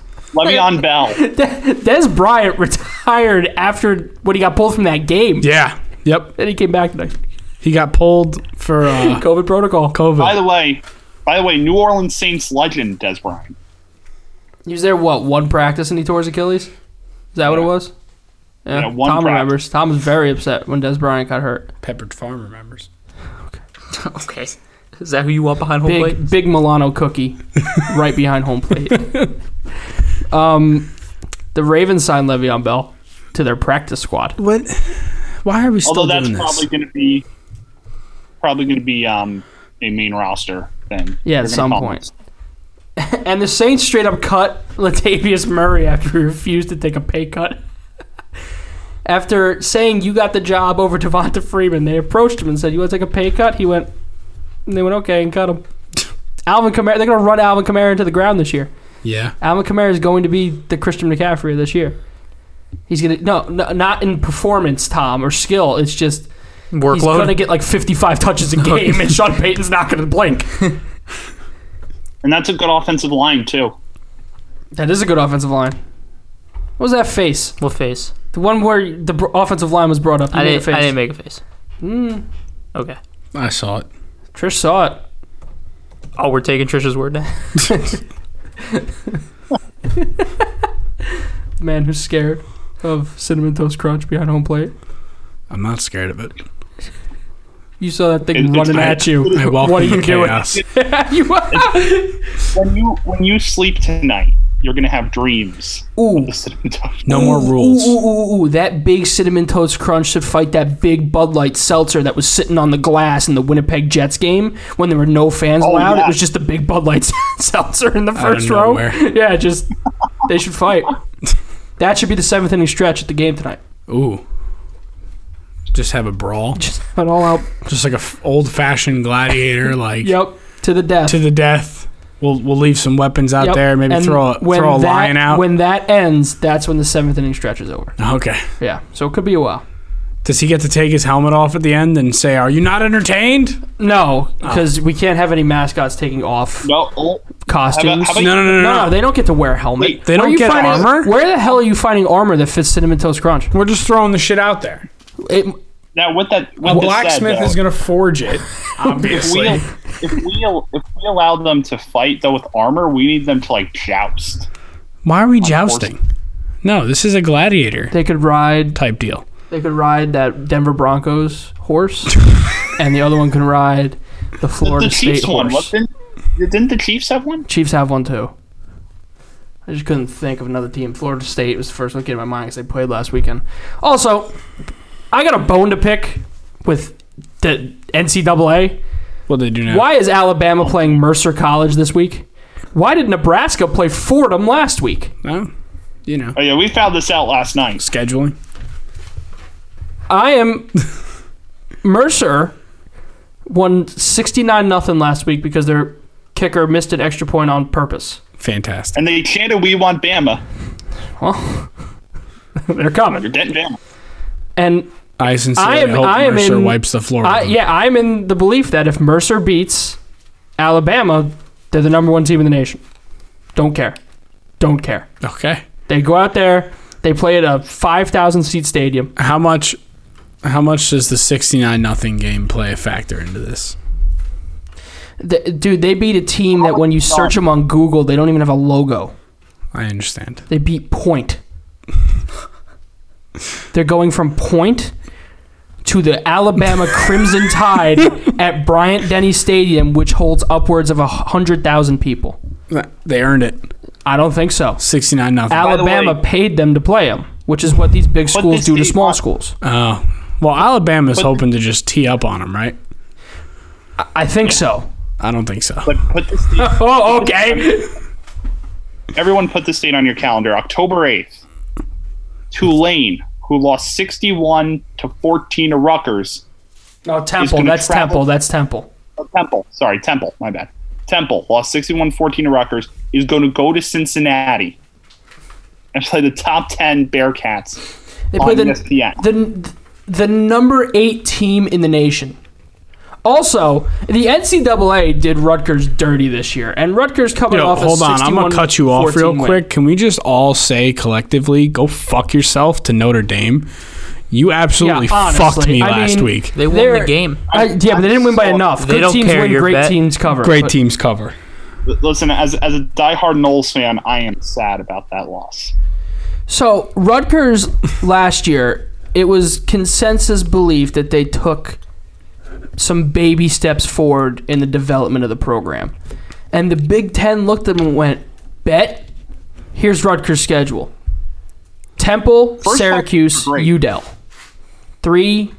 Speaker 5: Le'Veon Bell.
Speaker 2: Des Bryant retired after when he got pulled from that game.
Speaker 3: Yeah, yep.
Speaker 2: Then he came back the next
Speaker 3: He got pulled for uh,
Speaker 2: COVID protocol.
Speaker 5: By
Speaker 3: COVID.
Speaker 5: the way, by the way, New Orleans Saints legend Des Bryant.
Speaker 2: He was there what one practice and he tore his Achilles. Is that what it was? Yeah,
Speaker 5: Yeah, one
Speaker 2: Tom
Speaker 5: practice.
Speaker 2: remembers. Tom was very upset when Des Bryant got hurt.
Speaker 3: Peppered Farm remembers.
Speaker 1: okay. Is that who you want behind home
Speaker 2: Big
Speaker 1: plate?
Speaker 2: big Milano cookie, right behind home plate. um, the Ravens signed Le'Veon Bell to their practice squad.
Speaker 3: What? Why are we still
Speaker 5: Although that's
Speaker 3: doing this?
Speaker 5: probably going to be probably going to be um, a main roster thing.
Speaker 2: Yeah, at
Speaker 5: They're gonna
Speaker 2: some
Speaker 5: call
Speaker 2: point.
Speaker 5: him.
Speaker 2: And the Saints straight up cut Latavius Murray after he refused to take a pay cut. after saying you got the job over Devonta Freeman, they approached him and said, "You want to take a pay cut?" He went, and they went, "Okay," and cut him. Alvin Kamara, they're going to run Alvin Kamara into the ground this year.
Speaker 3: yeah.
Speaker 2: Alvin Kamara is going to be the Christian McCaffrey of this year. He's going to no, no, not in performance, Tom, or skill. It's just he's going to
Speaker 1: Workload.
Speaker 2: get like 55 touches a game, and Sean Payton's not going to blink.
Speaker 5: and that's a good offensive line too.
Speaker 2: That is a good offensive line. What was that face?
Speaker 1: What face?
Speaker 2: The one where the br- offensive line was brought up. You
Speaker 1: I
Speaker 2: made a
Speaker 1: didn't,
Speaker 2: face.
Speaker 1: I didn't make a face. Hmm.
Speaker 2: Mm.
Speaker 1: Okay.
Speaker 3: I saw it.
Speaker 2: Trish saw it.
Speaker 1: Oh, we're taking Trisha's word now.
Speaker 2: The man who's scared of cinnamon toast crunch behind home plate.
Speaker 3: I'm not scared of it.
Speaker 2: You saw that
Speaker 5: It-
Speaker 2: thing
Speaker 5: it's
Speaker 2: running
Speaker 5: my-
Speaker 2: at you.
Speaker 3: I welcome
Speaker 2: are you
Speaker 3: the
Speaker 2: doing?
Speaker 3: chaos.
Speaker 2: you
Speaker 5: When you when you sleep tonight, you're going to have dreams.
Speaker 2: ooh.
Speaker 5: This is tough.
Speaker 3: No more rules.
Speaker 2: Ooh, ooh, ooh, ooh, that big cinnamon toast crunch should fight that big Bud Light seltzer that was sitting on the glass in the Winnipeg Jets game when there were no fans
Speaker 5: Oh,
Speaker 2: allowed.
Speaker 5: yeah.
Speaker 2: It was just the big Bud Light seltzer in the
Speaker 3: Out of
Speaker 2: first row.
Speaker 3: nowhere.
Speaker 2: Yeah, just they should fight. That should be the seventh inning stretch at the game tonight.
Speaker 3: Ooh. Just have a brawl.
Speaker 2: Just an all out.
Speaker 3: Just like a f- old fashioned gladiator, like
Speaker 2: Yep, to the death.
Speaker 3: to the death. We'll we'll leave some weapons out
Speaker 2: Yep.
Speaker 3: there. Maybe
Speaker 2: And
Speaker 3: throw a
Speaker 2: when
Speaker 3: throw a
Speaker 2: that,
Speaker 3: lion out.
Speaker 2: When that ends, that's when the seventh inning stretch is over.
Speaker 3: okay.
Speaker 2: Yeah, so it could be a while.
Speaker 3: Does he get to take his helmet off at the end and say, "Are you not entertained?"
Speaker 2: No,
Speaker 3: Oh.
Speaker 2: because we can't have any mascots taking off
Speaker 5: No, oh,
Speaker 2: costumes.
Speaker 5: how about-
Speaker 3: No, no, no, no.
Speaker 2: No,
Speaker 3: no,
Speaker 2: no, they don't get to wear a helmet.
Speaker 5: Wait,
Speaker 3: they
Speaker 2: Where
Speaker 3: don't
Speaker 2: are you
Speaker 3: get
Speaker 2: finding-
Speaker 3: armor?
Speaker 2: Where the hell are you finding armor that fits cinnamon toast crunch?
Speaker 3: We're just throwing the shit out there.
Speaker 2: It,
Speaker 5: now with that,
Speaker 3: A
Speaker 5: what this
Speaker 3: blacksmith
Speaker 5: said,
Speaker 3: is
Speaker 5: though,
Speaker 3: going to forge it. Obviously,
Speaker 5: If we, if we if we allow them to fight though with armor, we need them to like joust.
Speaker 3: why are we jousting? No, this is a gladiator
Speaker 2: they could ride.
Speaker 3: type deal.
Speaker 2: They could ride that Denver Broncos horse, and the other one can ride the Florida
Speaker 5: the
Speaker 2: State
Speaker 5: Chiefs one.
Speaker 2: horse.
Speaker 5: What, didn't, didn't the Chiefs have one?
Speaker 2: Chiefs have one too. I just couldn't think of another team. Florida State was the first one that came to my mind because they played last weekend. Also, I got a bone to pick with the NCAA.
Speaker 3: What they do now?
Speaker 2: Why is Alabama playing Mercer College this week? Why did Nebraska play Fordham last week?
Speaker 3: No, you know,
Speaker 5: Oh yeah, we found this out last night.
Speaker 3: scheduling.
Speaker 2: I am Mercer won 69 nothing last week because their kicker missed an extra point on purpose.
Speaker 3: Fantastic.
Speaker 5: And they chanted, "We want Bama."
Speaker 2: Well, they're
Speaker 5: You're
Speaker 2: coming.
Speaker 5: dead Bama.
Speaker 2: And
Speaker 3: I sincerely
Speaker 2: I am-
Speaker 3: hope
Speaker 2: I am
Speaker 3: Mercer
Speaker 2: in-
Speaker 3: wipes the floor.
Speaker 2: I,
Speaker 3: with him.
Speaker 2: yeah, I'm in the belief that if Mercer beats Alabama, they're the number one team in the nation. Don't care. Don't care.
Speaker 3: Okay.
Speaker 2: They go out there, they play at a 5,000 seat stadium.
Speaker 3: How much? How much does the sixty-nine nothing game play a factor into this?
Speaker 2: Th- dude, they beat a team that when you search them on Google, they don't even have a logo.
Speaker 3: I understand.
Speaker 2: They beat Point. they're going from Point to the Alabama Crimson Tide at Bryant Denny Stadium, which holds upwards of 100,000 people.
Speaker 3: They earned it.
Speaker 2: I don't think so.
Speaker 3: 69 nothing.
Speaker 5: the
Speaker 2: Alabama
Speaker 5: way-
Speaker 2: paid them to play them, which is what these big schools
Speaker 5: this
Speaker 2: do to
Speaker 5: is-
Speaker 2: small schools.
Speaker 3: Oh. Well, Alabama's hoping to just tee up on them, right?
Speaker 2: I think so.
Speaker 3: I don't think so.
Speaker 5: But put this date,
Speaker 2: Oh, okay.
Speaker 5: everyone put this date on your calendar. October 8th. Tulane, who lost 61 to 14 to Rutgers.
Speaker 2: Oh, Temple.
Speaker 5: gonna
Speaker 2: That's
Speaker 5: travel-
Speaker 2: Temple. That's Temple.
Speaker 5: oh, Temple, sorry, Temple, my bad. Temple lost 61-14 to Rutgers. Is going to go to Cincinnati and play the top 10 Bearcats
Speaker 2: They
Speaker 5: on E
Speaker 2: play the,
Speaker 5: ESPN.
Speaker 2: the the number eight team in the nation. Also, the NCAA did Rutgers dirty this year, and Rutgers coming
Speaker 3: Yo,
Speaker 2: off.
Speaker 3: hold
Speaker 2: a
Speaker 3: on. I'm
Speaker 2: 61
Speaker 3: going to cut you off real
Speaker 2: 14 win.
Speaker 3: quick. Can we just all say collectively, go fuck yourself to Notre Dame? You absolutely
Speaker 2: honestly,
Speaker 3: fucked me
Speaker 2: I
Speaker 3: last
Speaker 2: mean-
Speaker 3: week.
Speaker 1: They won
Speaker 2: They're-
Speaker 1: the game.
Speaker 2: I, yeah, but they didn't win by enough.
Speaker 1: They
Speaker 2: Good
Speaker 1: don't
Speaker 2: teams
Speaker 1: care,
Speaker 2: win.
Speaker 1: your
Speaker 2: Great
Speaker 1: bet.
Speaker 2: teams cover.
Speaker 3: Great
Speaker 2: but
Speaker 3: teams cover.
Speaker 5: Listen, as as a diehard Knowles fan, I am sad about that loss.
Speaker 2: So Rutgers last year, it was consensus belief that they took some baby steps forward in the development of the program, and the Big Ten looked at them and went, "Bet, here's Rutgers' schedule: Temple,
Speaker 5: half
Speaker 2: Syracuse,
Speaker 5: was great.
Speaker 2: UDEL, three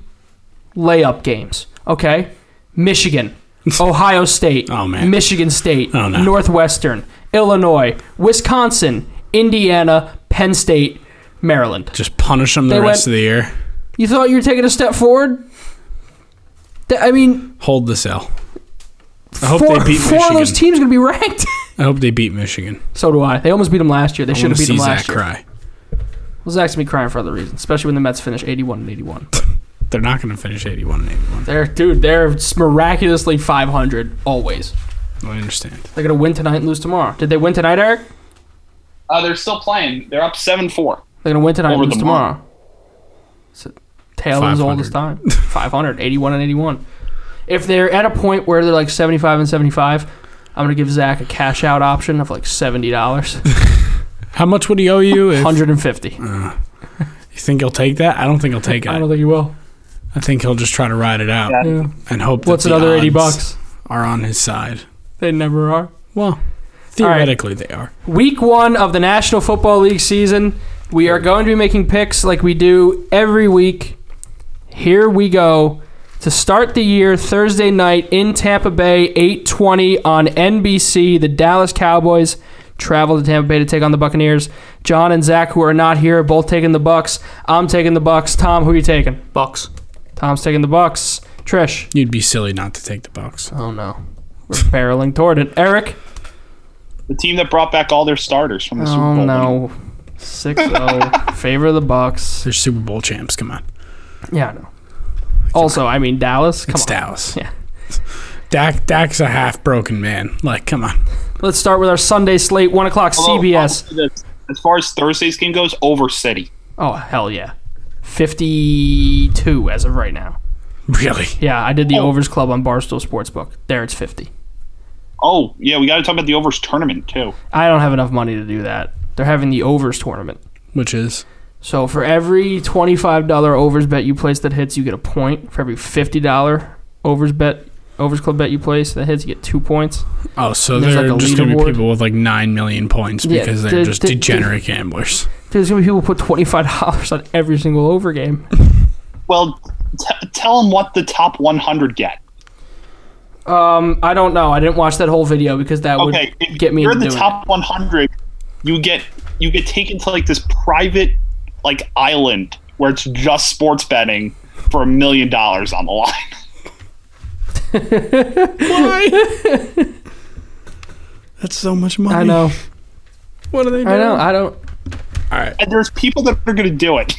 Speaker 2: layup games. Okay, Michigan, Ohio State,
Speaker 3: Oh, man.
Speaker 2: Michigan State,
Speaker 3: Oh, no.
Speaker 2: Northwestern, Illinois, Wisconsin, Indiana, Penn State, Maryland.
Speaker 3: Just punish them the
Speaker 2: They
Speaker 3: rest
Speaker 2: went-
Speaker 3: of the year.
Speaker 2: You thought you were taking a step forward? Th- I mean,
Speaker 3: Hold this L. I hope
Speaker 2: four,
Speaker 3: they beat
Speaker 2: four of
Speaker 3: Michigan.
Speaker 2: those teams going to be ranked.
Speaker 3: I hope they beat Michigan.
Speaker 2: so do I. They almost beat them last year. They
Speaker 3: I
Speaker 2: should
Speaker 3: want
Speaker 2: have
Speaker 3: to
Speaker 2: beat
Speaker 3: see
Speaker 2: them
Speaker 3: Zach
Speaker 2: last year.
Speaker 3: cry.
Speaker 2: Well, Zach's gonna be crying for other reasons, especially when the Mets finish eighty-one and eighty-one.
Speaker 3: They're not going to finish 81 and 81.
Speaker 2: they're dude, they're miraculously five hundred always.
Speaker 3: I understand.
Speaker 2: They're gonna win tonight and lose tomorrow. Did they win tonight, Eric?
Speaker 5: Uh, they're still playing. They're up seven four.
Speaker 2: They're gonna win tonight
Speaker 5: Over
Speaker 2: and lose
Speaker 5: the
Speaker 2: tomorrow. It's a tale as old as
Speaker 3: 500.
Speaker 2: time. 500, 81 and 81. If they're at a point where they're like 75 and 75, I'm gonna give Zach a cash out option of like seventy dollars,
Speaker 3: How much would he owe you? If
Speaker 2: 150.
Speaker 3: you think he'll take that? I don't think he'll take it.
Speaker 2: I
Speaker 3: I,
Speaker 2: don't think he will.
Speaker 3: think he'll just try to ride it out
Speaker 5: Yeah.
Speaker 2: Hmm.
Speaker 3: and hope. That
Speaker 2: What's
Speaker 3: the
Speaker 2: another 80
Speaker 3: odds
Speaker 2: bucks?
Speaker 3: Are on his side.
Speaker 2: They never are.
Speaker 3: Well, theoretically they are.
Speaker 2: Week one of the National Football League season. We are going to be making picks like we do every week. Here we go to start the year Thursday night in Tampa Bay, 8:20 on NBC. The Dallas Cowboys travel to Tampa Bay to take on the Buccaneers. John and Zach, who are not here, are both taking the Bucks. I'm taking the Bucks. Tom, who are you taking?
Speaker 1: Bucks.
Speaker 2: Tom's taking the Bucks. Trish.
Speaker 3: You'd be silly not to take the Bucks.
Speaker 2: Oh no, we're barreling toward it. Eric.
Speaker 5: The team that brought back all their starters from the Super
Speaker 2: Oh
Speaker 5: Bowl.
Speaker 2: no. oh. 6-0 favor of the Bucks.
Speaker 3: They're Super Bowl champs. Come on,
Speaker 2: Yeah, I know. Also, I mean Dallas. Come
Speaker 3: it's
Speaker 2: on.
Speaker 3: Dallas.
Speaker 2: Yeah.
Speaker 3: Dak Dak's a half broken man. Like, come on.
Speaker 2: Let's start with our Sunday slate, one o'clock
Speaker 5: Although,
Speaker 2: CBS.
Speaker 5: I'll say this, As far as Thursday's game goes, over City.
Speaker 2: Oh hell yeah, fifty-two as of right now.
Speaker 3: Really?
Speaker 2: Yeah, I did the overs club on Barstool Sportsbook. There, it's fifty.
Speaker 5: Oh yeah, we got to talk about the overs tournament too.
Speaker 2: I don't have enough money to do that. They're having the overs tournament.
Speaker 3: Which is
Speaker 2: So for every twenty-five dollar overs bet you place that hits, you get a point. For every fifty dollar overs bet, overs club bet you place that hits, you get two points.
Speaker 3: oh, so
Speaker 2: There's
Speaker 3: they're
Speaker 2: like a
Speaker 3: just gonna be
Speaker 2: leaderboard.
Speaker 3: people with like nine million points
Speaker 2: Yeah,
Speaker 3: because they're
Speaker 2: the-
Speaker 3: just
Speaker 2: the- the-
Speaker 3: degenerate gamblers.
Speaker 2: Dude, there's gonna be people who put twenty-five dollars on every single over game.
Speaker 5: Well, t- tell them what the top 100 get.
Speaker 2: Um, I don't know. I didn't watch that whole video because that
Speaker 5: Okay,
Speaker 2: would
Speaker 5: if
Speaker 2: get me
Speaker 5: you're
Speaker 2: into
Speaker 5: in the
Speaker 2: doing
Speaker 5: top 100, you get you get taken to like this private like island where it's just sports betting for a million dollars on the line.
Speaker 3: That's so much
Speaker 2: it.
Speaker 3: money.
Speaker 2: I know.
Speaker 3: What are they doing?
Speaker 2: I know. I don't.
Speaker 3: All right.
Speaker 5: And there's people that are going to do it.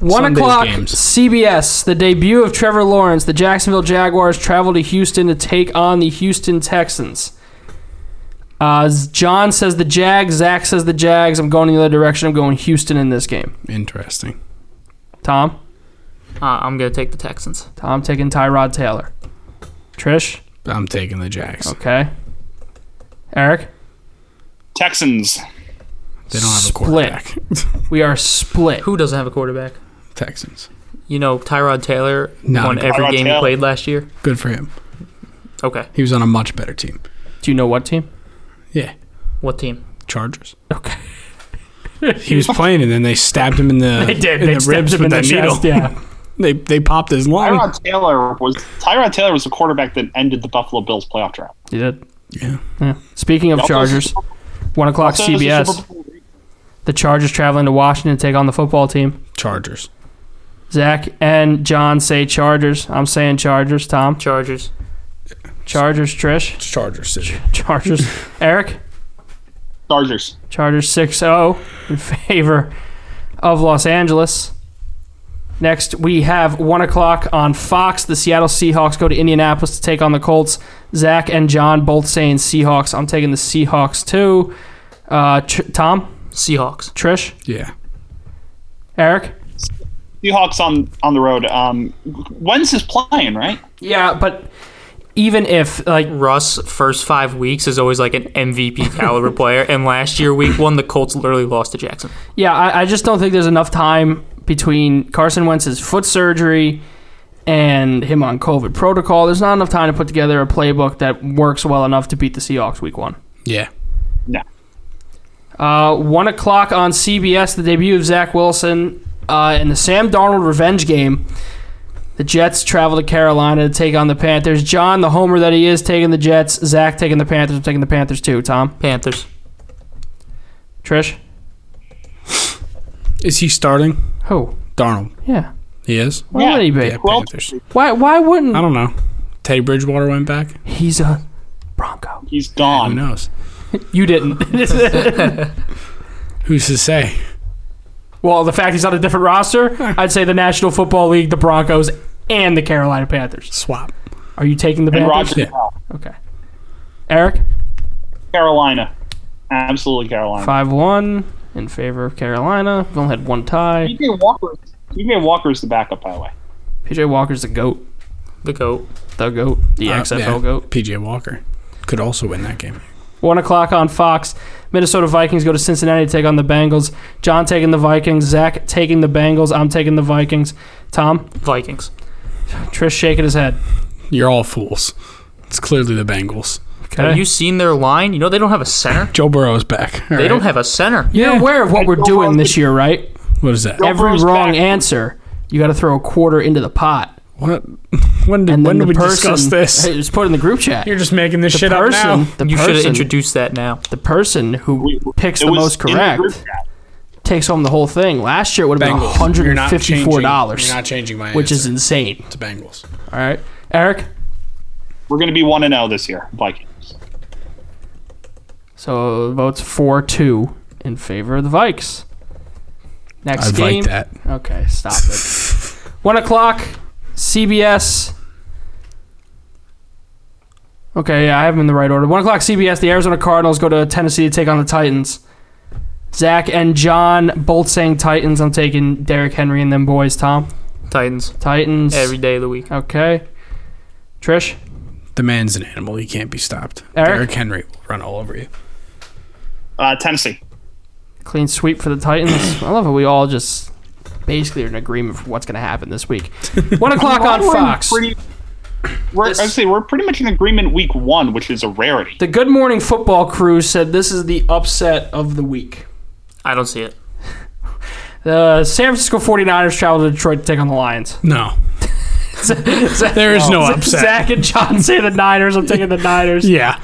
Speaker 2: One
Speaker 3: Sunday's
Speaker 2: o'clock.
Speaker 3: games.
Speaker 2: CBS. The debut of Trevor Lawrence. The Jacksonville Jaguars travel to Houston to take on the Houston Texans. Uh, Z- John says the Jags. Zach says the Jags. I'm going the other direction. I'm going Houston in this game.
Speaker 3: Interesting.
Speaker 2: Tom.
Speaker 1: Uh, I'm gonna take the Texans.
Speaker 2: Tom taking Tyrod Taylor. Trish.
Speaker 3: I'm taking the Jags.
Speaker 2: Okay. Eric.
Speaker 5: Texans.
Speaker 3: They don't have a
Speaker 2: Split.
Speaker 3: quarterback.
Speaker 2: We are split.
Speaker 1: Who doesn't have a quarterback?
Speaker 3: Texans.
Speaker 1: You know, Tyrod Taylor
Speaker 3: No,
Speaker 1: won every
Speaker 5: Tyrod
Speaker 1: game he
Speaker 5: Taylor.
Speaker 1: played last year.
Speaker 3: Good for him.
Speaker 1: Okay,
Speaker 3: He was on a much better team.
Speaker 2: Do you know what team?
Speaker 3: Yeah,
Speaker 1: what team?
Speaker 3: Chargers.
Speaker 2: Okay.
Speaker 3: He was playing, and then they stabbed him in the
Speaker 2: They did.
Speaker 3: in
Speaker 2: They
Speaker 3: the
Speaker 2: stabbed
Speaker 3: ribs
Speaker 2: him
Speaker 3: with
Speaker 2: in the
Speaker 3: that needle.
Speaker 2: chest. Yeah.
Speaker 3: They they popped his lung.
Speaker 5: Tyrod
Speaker 2: Hmm.
Speaker 5: Taylor was Tyrod Taylor was the quarterback that ended the Buffalo Bills playoff drought.
Speaker 2: You did.
Speaker 3: Yeah.
Speaker 2: Yeah. Speaking of
Speaker 5: Also-
Speaker 2: Chargers, one o'clock
Speaker 5: also, it was the
Speaker 2: CBS.
Speaker 5: Super Bowl-
Speaker 2: The Chargers traveling to Washington to take on the football team.
Speaker 3: Chargers.
Speaker 2: Zach and John say Chargers. I'm saying Chargers. Tom,
Speaker 1: Chargers.
Speaker 2: Chargers. Trish,
Speaker 3: It's Chargers City.
Speaker 2: Chargers. Eric,
Speaker 5: Chargers.
Speaker 2: Chargers 6 0 in favor of Los Angeles. Next, we have 1 o'clock on Fox. The Seattle Seahawks go to Indianapolis to take on the Colts. Zach and John both saying Seahawks. I'm taking the Seahawks too. Uh, Tr- Tom,
Speaker 1: Seahawks.
Speaker 2: Trish,
Speaker 3: Yeah.
Speaker 2: Eric.
Speaker 5: Seahawks on on the road. Um, Wentz is playing, right?
Speaker 2: Yeah, but even if, like,
Speaker 1: Russ first five weeks is always like an MVP caliber player, and last year week one the Colts literally lost to Jackson.
Speaker 2: Yeah, I, I just don't think there's enough time between Carson Wentz's foot surgery and him on COVID protocol. There's not enough time to put together a playbook that works well enough to beat the Seahawks week one.
Speaker 3: Yeah.
Speaker 5: No.
Speaker 2: Uh, one o'clock on CBS, the debut of Zach Wilson uh, in the Sam Darnold revenge game. The Jets travel to Carolina to take on the Panthers. John, the homer that he is, taking the Jets. Zach taking the Panthers. I'm taking the Panthers too. Tom,
Speaker 1: Panthers.
Speaker 2: Trish,
Speaker 3: Is he starting?
Speaker 2: who?
Speaker 3: Darnold.
Speaker 2: Yeah,
Speaker 3: He is.
Speaker 2: why
Speaker 5: Yeah.
Speaker 2: would he be?
Speaker 3: Yeah,
Speaker 5: Well,
Speaker 3: Panthers.
Speaker 2: Why? Why wouldn't?
Speaker 3: I don't know. Teddy Bridgewater went back.
Speaker 2: He's a Bronco.
Speaker 5: He's
Speaker 3: Who
Speaker 5: gone.
Speaker 3: knows?
Speaker 2: You didn't.
Speaker 3: Who's to say?
Speaker 2: well, the fact he's on a different roster, I'd say the National Football League, the Broncos, and the Carolina Panthers.
Speaker 3: Swap.
Speaker 2: Are you taking the
Speaker 5: and
Speaker 2: Panthers?
Speaker 5: Rogers.
Speaker 3: Yeah.
Speaker 2: Okay. Eric,
Speaker 5: Carolina. Absolutely Carolina.
Speaker 2: 5 1 in favor of Carolina. We've only had one tie.
Speaker 5: PJ Walker. PJ Walker is the backup, by the way.
Speaker 2: PJ Walker's the GOAT.
Speaker 1: The goat.
Speaker 2: The GOAT. The
Speaker 3: Uh,
Speaker 2: XFL
Speaker 3: yeah.
Speaker 2: GOAT.
Speaker 3: PJ Walker could also win that game.
Speaker 2: 1 o'clock on Fox. Minnesota Vikings go to Cincinnati to take on the Bengals. John taking the Vikings. Zach taking the Bengals. I'm taking the Vikings. Tom,
Speaker 1: Vikings.
Speaker 2: Trish shaking his head.
Speaker 3: You're all fools. It's clearly the Bengals. Eh.
Speaker 1: Have you seen their line? You know they don't have a center.
Speaker 3: Joe Burrow is back. All
Speaker 1: They
Speaker 3: right.
Speaker 1: don't have a center.
Speaker 2: You're
Speaker 3: Yeah.
Speaker 2: aware of what we're doing this year, right?
Speaker 3: What is that?
Speaker 2: Every
Speaker 5: Burrow's
Speaker 2: wrong
Speaker 5: back.
Speaker 2: answer, you got to throw a quarter into the pot.
Speaker 3: What? When did
Speaker 2: And
Speaker 3: when
Speaker 2: then
Speaker 3: did
Speaker 2: the
Speaker 3: we
Speaker 2: person
Speaker 3: discuss this?
Speaker 2: Hey, just put it in the group chat.
Speaker 3: You're just making this
Speaker 2: the
Speaker 3: shit
Speaker 2: person,
Speaker 3: up now.
Speaker 2: the
Speaker 1: you should have
Speaker 2: person,
Speaker 1: introduced that now.
Speaker 2: the person who
Speaker 5: We-
Speaker 2: picks
Speaker 5: it
Speaker 2: the
Speaker 5: was
Speaker 2: most
Speaker 5: in the
Speaker 2: correct
Speaker 5: group chat.
Speaker 2: takes home the whole thing. Last year it would have been
Speaker 3: Bengals.
Speaker 2: hundred
Speaker 3: You're
Speaker 2: and
Speaker 3: not
Speaker 2: fifty-four
Speaker 3: changing-
Speaker 2: dollars,
Speaker 3: You're not changing my
Speaker 2: which is
Speaker 3: answer.
Speaker 2: insane.
Speaker 3: It's Bengals.
Speaker 2: All right, Eric.
Speaker 5: We're going to be one and zero this year, Vikings.
Speaker 2: So votes four-two in favor of the Vikes. Next
Speaker 3: I
Speaker 2: game.
Speaker 3: like that.
Speaker 2: Okay, stop it. One o'clock, CBS. Okay, yeah, I have them in the right order. One o'clock, CBS. The Arizona Cardinals go to Tennessee to take on the Titans. Zach and John both saying Titans. I'm taking Derrick Henry and them boys. Tom,
Speaker 1: Titans.
Speaker 2: Titans.
Speaker 1: Every day of the week.
Speaker 2: okay, Trish,
Speaker 3: The man's an animal. He can't be stopped.
Speaker 2: Eric?
Speaker 3: Derrick Henry will run all over you.
Speaker 5: Uh, Tennessee.
Speaker 2: clean sweep for the Titans. I love how we all just basically are in agreement for what's going to happen this week. One o'clock on
Speaker 5: We're in
Speaker 2: Fox.
Speaker 5: pretty- we're, I'd say we're pretty much in agreement week one, which is a rarity.
Speaker 2: The Good Morning Football crew said this is the upset of the week.
Speaker 1: I don't see it.
Speaker 2: The San Francisco 49ers travel to Detroit to take on the Lions.
Speaker 3: No. there is no upset.
Speaker 2: oh, Zach and John say the Niners. I'm taking the Niners.
Speaker 3: Yeah.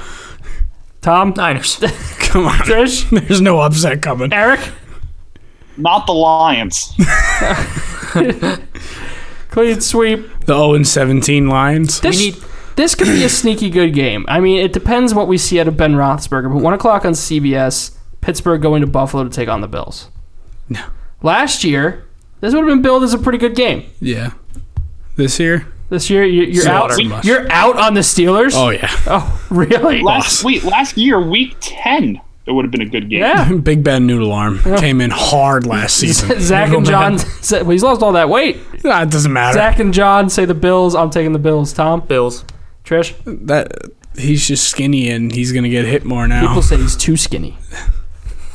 Speaker 2: Tom,
Speaker 1: Niners.
Speaker 3: Come on.
Speaker 2: Trish,
Speaker 3: There's no upset coming.
Speaker 2: Eric,
Speaker 5: Not the Lions.
Speaker 2: clean sweep.
Speaker 3: The 0 and 17 Lions.
Speaker 1: we
Speaker 2: This,
Speaker 1: need
Speaker 2: this could be a sneaky good game. I mean, it depends what we see out of Ben Roethlisberger. But 1 o'clock on CBS, Pittsburgh going to Buffalo to take on the Bills.
Speaker 3: No.
Speaker 2: Last year, this would have been billed as a pretty good game.
Speaker 3: Yeah. This year?
Speaker 2: This year, you- you're, out.
Speaker 1: Slaughter.
Speaker 2: You're out on the Steelers.
Speaker 3: Oh, yeah.
Speaker 2: Oh, really?
Speaker 5: Last week, last year, week ten, it would have been a good game.
Speaker 2: Yeah. Oh.
Speaker 3: Big Ben Noodle Arm came in hard last season.
Speaker 2: Zach
Speaker 1: Never
Speaker 2: and John.
Speaker 1: mind.
Speaker 2: Said, well, he's lost all that weight.
Speaker 3: that doesn't matter.
Speaker 2: Zach and John say the Bills. I'm taking the Bills. Tom,
Speaker 1: Bills.
Speaker 2: Trish.
Speaker 3: That he's just skinny and he's gonna get hit more now.
Speaker 2: People say he's too skinny.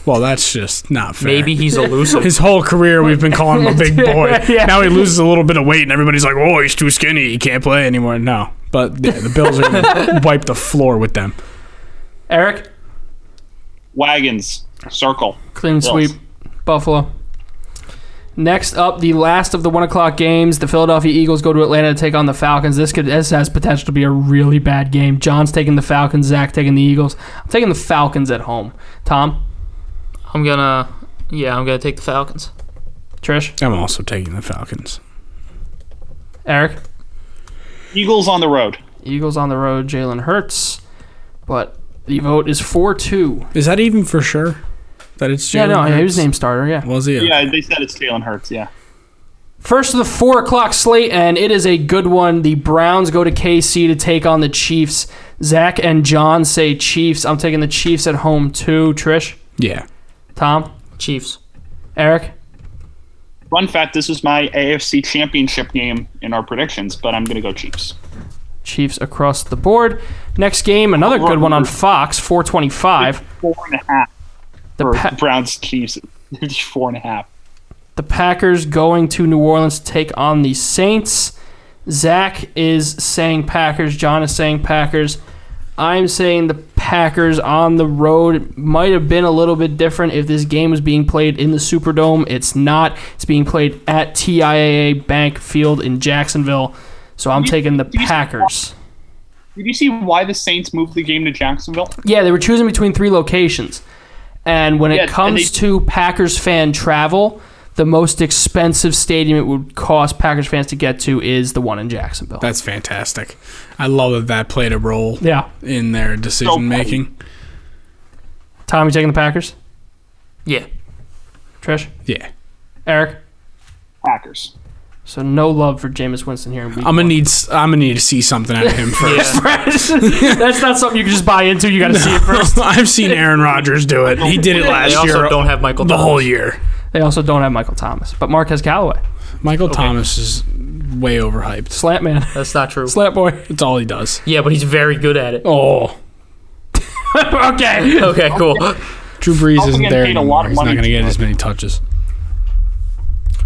Speaker 3: Well, that's just not fair.
Speaker 1: Maybe he's elusive.
Speaker 3: His whole career, we've been calling him a big boy.
Speaker 2: Yeah.
Speaker 3: Now he loses a little bit of weight, and everybody's like, "Oh, he's too skinny. He can't play anymore." No, but yeah, the Bills are gonna wipe the floor with them.
Speaker 2: Eric,
Speaker 5: Wagons, circle.
Speaker 2: clean
Speaker 5: Bills.
Speaker 2: sweep, Buffalo. Next up, the last of the one o'clock games. The Philadelphia Eagles go to Atlanta to take on the Falcons. This could this has potential to be a really bad game. John's taking the Falcons. Zach taking the Eagles. I'm taking the Falcons at home. Tom,
Speaker 1: I'm gonna, yeah, I'm gonna take the Falcons.
Speaker 2: Trish,
Speaker 3: I'm also taking the Falcons.
Speaker 2: Eric.
Speaker 5: Eagles on the road.
Speaker 2: Eagles on the road. Jalen Hurts, but the vote is four two.
Speaker 3: Is that even for sure? That it's
Speaker 2: Yeah,
Speaker 3: Jalen
Speaker 2: no,
Speaker 3: Hurts?
Speaker 2: he was named starter. Yeah.
Speaker 3: Was he?
Speaker 5: Yeah, they said it's Jalen Hurts. Yeah.
Speaker 2: First of the four o'clock slate, and it is a good one. The Browns go to KC to take on the Chiefs. Zach and John say Chiefs. I'm taking the Chiefs at home too. Trish,
Speaker 3: Yeah.
Speaker 2: Tom,
Speaker 1: Chiefs.
Speaker 2: Eric.
Speaker 5: Fun fact: This is my AFC Championship game in our predictions, but I'm going to go Chiefs.
Speaker 2: Chiefs across the board. Next game, another good one on Fox, 425.
Speaker 5: Four and a half
Speaker 2: The,
Speaker 5: for
Speaker 2: pa-
Speaker 5: Browns Chiefs. Four and a half.
Speaker 2: the Packers going to New Orleans to take on the Saints. Zach is saying Packers. John is saying Packers. I'm saying the Packers on the road It might have been a little bit different if this game was being played in the Superdome. It's not. It's being played at TIAA Bank Field in Jacksonville. So I'm taking the
Speaker 5: did you see-
Speaker 2: Packers.
Speaker 5: Did you see why the Saints moved the game to Jacksonville?
Speaker 2: Yeah, they were choosing between three locations. And when
Speaker 5: Yeah,
Speaker 2: it
Speaker 5: and
Speaker 2: comes
Speaker 5: they-
Speaker 2: to Packers fan travel, the most expensive stadium it would cost Packers fans to get to is the one in Jacksonville.
Speaker 3: That's fantastic. I love that that played a role
Speaker 2: yeah.
Speaker 3: in their decision making.
Speaker 2: Tommy taking the Packers?
Speaker 1: Yeah,
Speaker 2: Trish?
Speaker 3: Yeah.
Speaker 2: Eric?
Speaker 5: Packers.
Speaker 2: So no love for Jameis Winston here. In week
Speaker 3: I'm gonna need. s- I'm gonna need to see something out of him first.
Speaker 2: That's not something you can just buy into. You got to see it first.
Speaker 3: I've seen Aaron Rodgers do it. He did it last
Speaker 1: They also
Speaker 3: year.
Speaker 1: don't have Michael
Speaker 3: the
Speaker 1: Thomas.
Speaker 3: whole year.
Speaker 2: They also don't have Michael Thomas, but Marquez Callaway,
Speaker 3: Michael Thomas is way overhyped.
Speaker 2: slant man,
Speaker 1: that's not true.
Speaker 2: slant boy.
Speaker 3: That's all he does.
Speaker 1: Yeah, but he's very good at it.
Speaker 3: Oh,
Speaker 2: okay.
Speaker 1: Okay, cool.
Speaker 3: Drew Brees
Speaker 5: Also
Speaker 3: isn't
Speaker 5: getting
Speaker 3: there
Speaker 5: paid a
Speaker 3: anymore.
Speaker 5: lot of
Speaker 3: He's not
Speaker 5: money
Speaker 3: going to
Speaker 5: to
Speaker 3: get
Speaker 5: play.
Speaker 3: as many touches.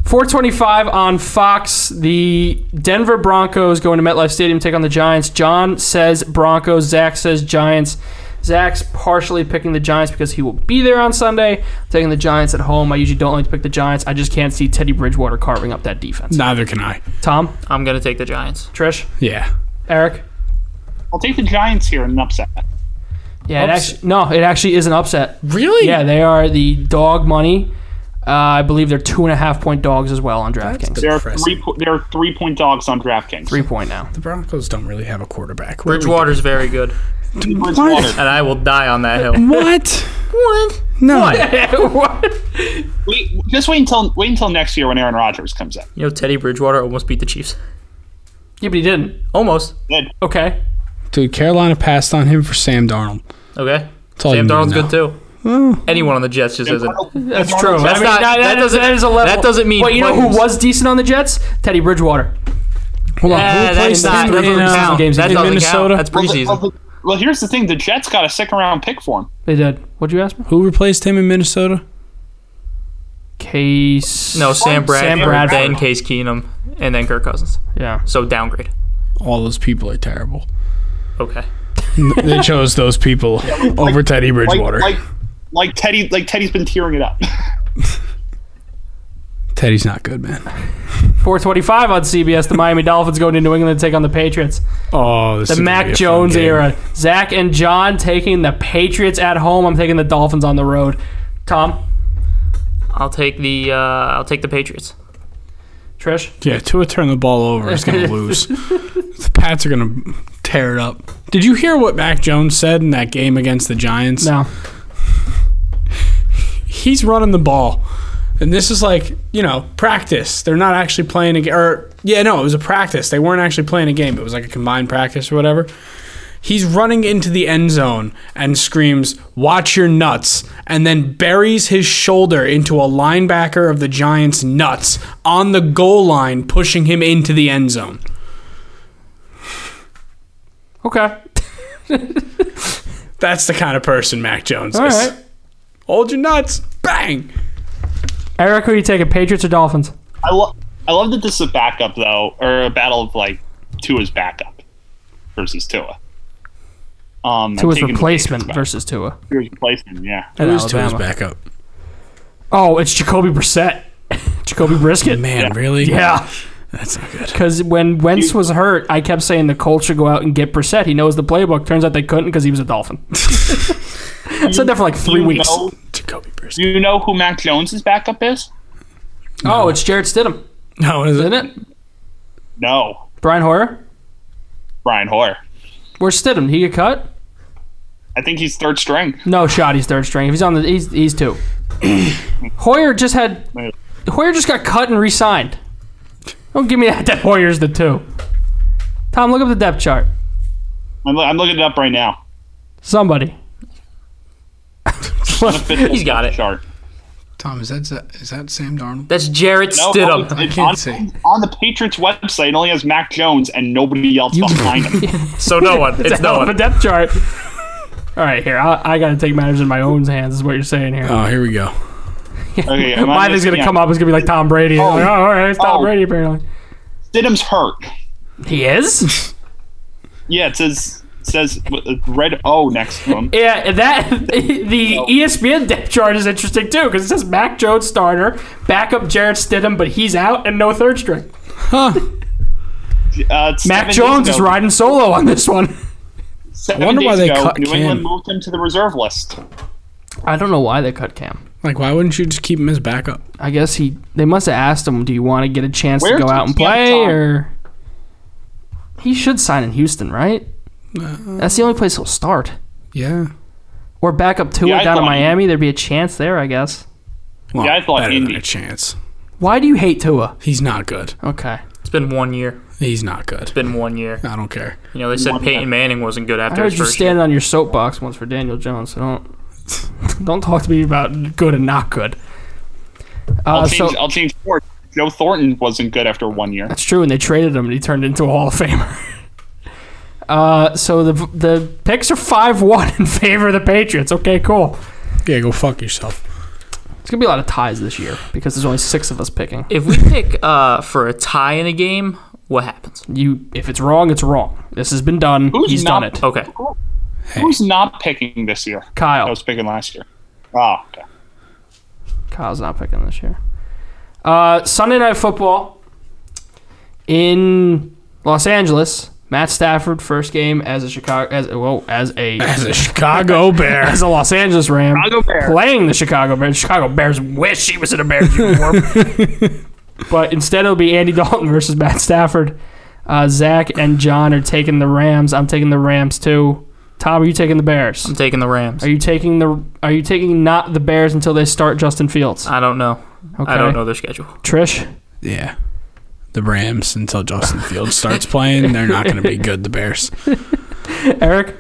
Speaker 2: 425 on Fox. The Denver Broncos going to MetLife Stadium to take on the Giants. John says Broncos. Zach says Giants. Zach's partially picking the Giants because he will be there on Sunday. Taking the Giants at home. I usually don't like to pick the Giants. I just can't see Teddy Bridgewater carving up that defense.
Speaker 3: Neither can I.
Speaker 2: Tom,
Speaker 1: I'm gonna take the Giants.
Speaker 2: Trish,
Speaker 3: Yeah.
Speaker 2: Eric.
Speaker 5: I'll take the Giants here in an upset.
Speaker 2: Yeah, it
Speaker 3: Upset.
Speaker 2: actually, no, it actually is an upset.
Speaker 3: Really?
Speaker 2: Yeah, they are the dog money. Uh, I believe they're two and a half point dogs as well on DraftKings.
Speaker 5: There are
Speaker 3: Impressive.
Speaker 5: three. po- There are three point dogs on DraftKings.
Speaker 2: Three point now.
Speaker 3: The Broncos don't really have a quarterback. What are we
Speaker 1: Bridgewater's very good,
Speaker 5: Bridgewater.
Speaker 1: and I will die on that hill.
Speaker 3: doing? What?
Speaker 1: What?
Speaker 3: No.
Speaker 2: What?
Speaker 5: Wait, just wait until wait until next year when Aaron Rodgers comes in.
Speaker 1: You know, Teddy Bridgewater almost beat the Chiefs.
Speaker 2: Yeah, but he didn't.
Speaker 1: Almost.
Speaker 5: Good.
Speaker 2: Okay.
Speaker 3: Dude, Carolina passed on him for Sam Darnold.
Speaker 1: Okay.
Speaker 3: That's all you
Speaker 1: Sam
Speaker 3: need to
Speaker 1: Darnold's
Speaker 3: know.
Speaker 1: good too.
Speaker 3: Oh.
Speaker 1: Anyone on the Jets just isn't.
Speaker 2: That's true.
Speaker 1: That's
Speaker 2: I mean,
Speaker 1: not- that
Speaker 2: that, that is-
Speaker 1: doesn't-
Speaker 2: that is a level.
Speaker 1: that doesn't mean
Speaker 2: But you know
Speaker 1: players.
Speaker 2: who was decent on the Jets? Teddy Bridgewater.
Speaker 3: Hold on.
Speaker 1: Yeah,
Speaker 3: who
Speaker 1: Uh, that
Speaker 3: plays
Speaker 1: is not.
Speaker 3: them
Speaker 1: That
Speaker 3: in,
Speaker 1: doesn't
Speaker 3: uh,
Speaker 1: count.
Speaker 2: games
Speaker 1: That
Speaker 2: in
Speaker 1: doesn't
Speaker 3: Minnesota?
Speaker 1: count. That's
Speaker 5: Well, the-
Speaker 1: preseason.
Speaker 5: well, the- well, here's the thing: the Jets got a second round pick for him.
Speaker 2: They did. What'd you ask me?
Speaker 3: Who replaced him in Minnesota?
Speaker 2: Case.
Speaker 1: No, Sam Bradford,
Speaker 2: Bradford.
Speaker 1: then Case Keenum, and then Kirk Cousins.
Speaker 2: Yeah.
Speaker 1: So downgrade.
Speaker 3: All those people are terrible.
Speaker 1: Okay.
Speaker 3: they chose those people over Teddy
Speaker 5: Like,
Speaker 3: Bridgewater.
Speaker 5: like, like Teddy, like Teddy's been tearing it up.
Speaker 3: Teddy's not good, man.
Speaker 2: 425 on CBS. The Miami Dolphins going to New England to take on the Patriots.
Speaker 3: Oh,
Speaker 2: The Mac Jones era. Zach and John taking the Patriots at home. I'm taking the Dolphins on the road. Tom,
Speaker 1: I'll take the uh, I'll take the Patriots.
Speaker 2: Trish,
Speaker 3: Yeah, Tua turned the ball over. He's going to lose. the Pats are going to tear it up. Did you hear what Mac Jones said in that game against the Giants?
Speaker 2: no.
Speaker 3: He's running the ball. And this is like, you know, practice. They're not actually playing a game. Or, yeah, no, it was a practice. They weren't actually playing a game. It was like a combined practice or whatever. He's running into the end zone and screams, Watch your nuts, and then buries his shoulder into a linebacker of the Giants' nuts on the goal line, pushing him into the end zone.
Speaker 2: Okay.
Speaker 3: That's the kind of person Mac Jones
Speaker 2: All
Speaker 3: is.
Speaker 2: right.
Speaker 3: Hold your nuts. Bang.
Speaker 2: Eric, who you taking, Patriots or Dolphins?
Speaker 5: I love I love that this is a backup though, or a battle of like Tua's backup versus Tua. Um, I'm
Speaker 2: Tua's
Speaker 5: taking the
Speaker 2: replacement
Speaker 5: Patriots
Speaker 2: versus Tua.
Speaker 5: back. Tua's replacement, yeah.
Speaker 2: And
Speaker 3: Who's Tua's
Speaker 2: Alabama.
Speaker 3: backup?
Speaker 2: Oh, it's Jacoby Brissett. Jacoby
Speaker 5: Mm.
Speaker 2: Brisket.
Speaker 3: Man, really?
Speaker 2: Yeah.
Speaker 3: That's not good.
Speaker 2: Because when Wentz was hurt, I kept saying the Colts should go out and get Brissett. He knows the playbook. Turns out they couldn't because he was a Dolphin. I said that for like three
Speaker 5: You
Speaker 2: weeks.
Speaker 5: know-
Speaker 3: Jacoby Brissett.
Speaker 5: do you know who Mac Jones's backup is?
Speaker 2: Oh, it's Jared Stidham,
Speaker 3: No, is
Speaker 2: isn't
Speaker 3: it?
Speaker 2: it?
Speaker 5: No,
Speaker 2: Brian Hoyer.
Speaker 5: Brian Hoyer.
Speaker 2: Where's Stidham? Did He get cut?
Speaker 5: I think he's third string.
Speaker 2: No shot. He's third string. If he's on the, he's he's two. Hoyer just had. Hoyer just got cut and re-signed. Don't give me that. That Hoyer's the two. Tom, look up the depth chart.
Speaker 5: I'm, lo- I'm looking it up right now.
Speaker 2: Somebody.
Speaker 1: He's got it.
Speaker 5: Chart.
Speaker 4: Tom, is that Za- is that Sam Darnold?
Speaker 1: That's Jared
Speaker 5: No,
Speaker 1: Stidham.
Speaker 5: it's- it's
Speaker 4: can't
Speaker 5: on,
Speaker 4: see.
Speaker 5: on the Patriots website. It only has Mac Jones and nobody else behind him.
Speaker 1: So no one. It's no
Speaker 2: Hell of a
Speaker 1: one.
Speaker 2: depth chart. All right, here I, I got to take matters in my own hands. Is what you're saying here.
Speaker 3: Oh, here we go.
Speaker 5: Okay, am I
Speaker 2: Mine is gonna
Speaker 5: missing-
Speaker 2: come up. It's gonna be like Tom Brady. Oh, like, oh all right, it's Tom
Speaker 5: Oh.
Speaker 2: Brady apparently.
Speaker 5: Stidham's hurt.
Speaker 2: He is.
Speaker 5: Yeah, it says it says uh, red O next to him.
Speaker 2: Yeah, that the E ESPN depth chart is interesting too because it says Mac Jones starter, backup Jared Stidham, but he's out and no third string.
Speaker 5: Uh, it's
Speaker 2: Mac
Speaker 5: seven
Speaker 2: Jones
Speaker 5: days
Speaker 2: is
Speaker 5: ago.
Speaker 2: riding solo on this one.
Speaker 5: Seven
Speaker 3: I wonder why
Speaker 5: days
Speaker 3: they
Speaker 5: ago,
Speaker 3: cut
Speaker 5: New England
Speaker 3: Cam. Uh,
Speaker 5: moved him to the reserve list.
Speaker 2: I don't know why they cut Cam.
Speaker 3: Like, why wouldn't you just keep him as backup?
Speaker 2: I guess he they must have asked him, "Do you want to get a chance
Speaker 5: Where's
Speaker 2: to go out and
Speaker 5: Cam
Speaker 2: play?"
Speaker 5: Tom?
Speaker 2: Or he should sign in Houston, right? That's the only place he'll start.
Speaker 3: Yeah.
Speaker 2: Or back up Tua
Speaker 5: Yeah, I
Speaker 2: down in
Speaker 5: thought-
Speaker 2: Miami. There'd be a chance there, I guess.
Speaker 3: Well,
Speaker 5: Yeah, I thought
Speaker 3: better
Speaker 5: Indy.
Speaker 3: than a chance.
Speaker 2: Why do you hate Tua?
Speaker 3: He's not good.
Speaker 2: Okay.
Speaker 1: It's been one year.
Speaker 3: He's not good.
Speaker 1: It's been one year.
Speaker 3: I don't care.
Speaker 1: You know they said Peyton Manning wasn't good
Speaker 2: I
Speaker 1: after
Speaker 2: heard
Speaker 1: his
Speaker 2: you
Speaker 1: first year.
Speaker 2: standing on your soapbox once for Daniel Jones, so don't don't talk to me about good and not good. Uh,
Speaker 5: I'll change.
Speaker 2: so
Speaker 5: I'll change sports. Joe Thornton wasn't good after one year.
Speaker 2: that's true, and they traded him, and he turned into a Hall of Famer. Uh, so the the picks are five one in favor of the Patriots. Okay, cool.
Speaker 3: Yeah, go fuck yourself.
Speaker 2: It's gonna be a lot of ties this year because there's only six of us picking.
Speaker 1: If we pick uh, for a tie in a game, what happens?
Speaker 2: You, if it's wrong, it's wrong. This has been done.
Speaker 5: Who's
Speaker 2: He's
Speaker 5: not-
Speaker 2: done it.
Speaker 1: Okay.
Speaker 5: Who's not picking this year?
Speaker 2: Kyle.
Speaker 5: I was picking last year. Oh, okay.
Speaker 2: Kyle's not picking this year. Uh, Sunday night football in Los Angeles. Matt Stafford first game as a Chicago as well as a
Speaker 3: As a Chicago Bear.
Speaker 2: as a Los Angeles Ram
Speaker 5: Chicago Bears.
Speaker 2: playing the Chicago Bears. Chicago Bears wish he was in a Bears uniform, but instead it'll be Andy Dalton versus Matt Stafford. Uh, Zach and John are taking the Rams. I'm taking the Rams too. Tom, are you taking the Bears?
Speaker 1: I'm taking the Rams.
Speaker 2: Are you taking the Are you taking not the Bears until they start Justin Fields?
Speaker 1: I don't know.
Speaker 2: Okay.
Speaker 1: I don't know their schedule.
Speaker 2: Trish.
Speaker 3: Yeah. The Rams until Justin Fields starts playing, they're not going to be good. The Bears,
Speaker 2: Eric,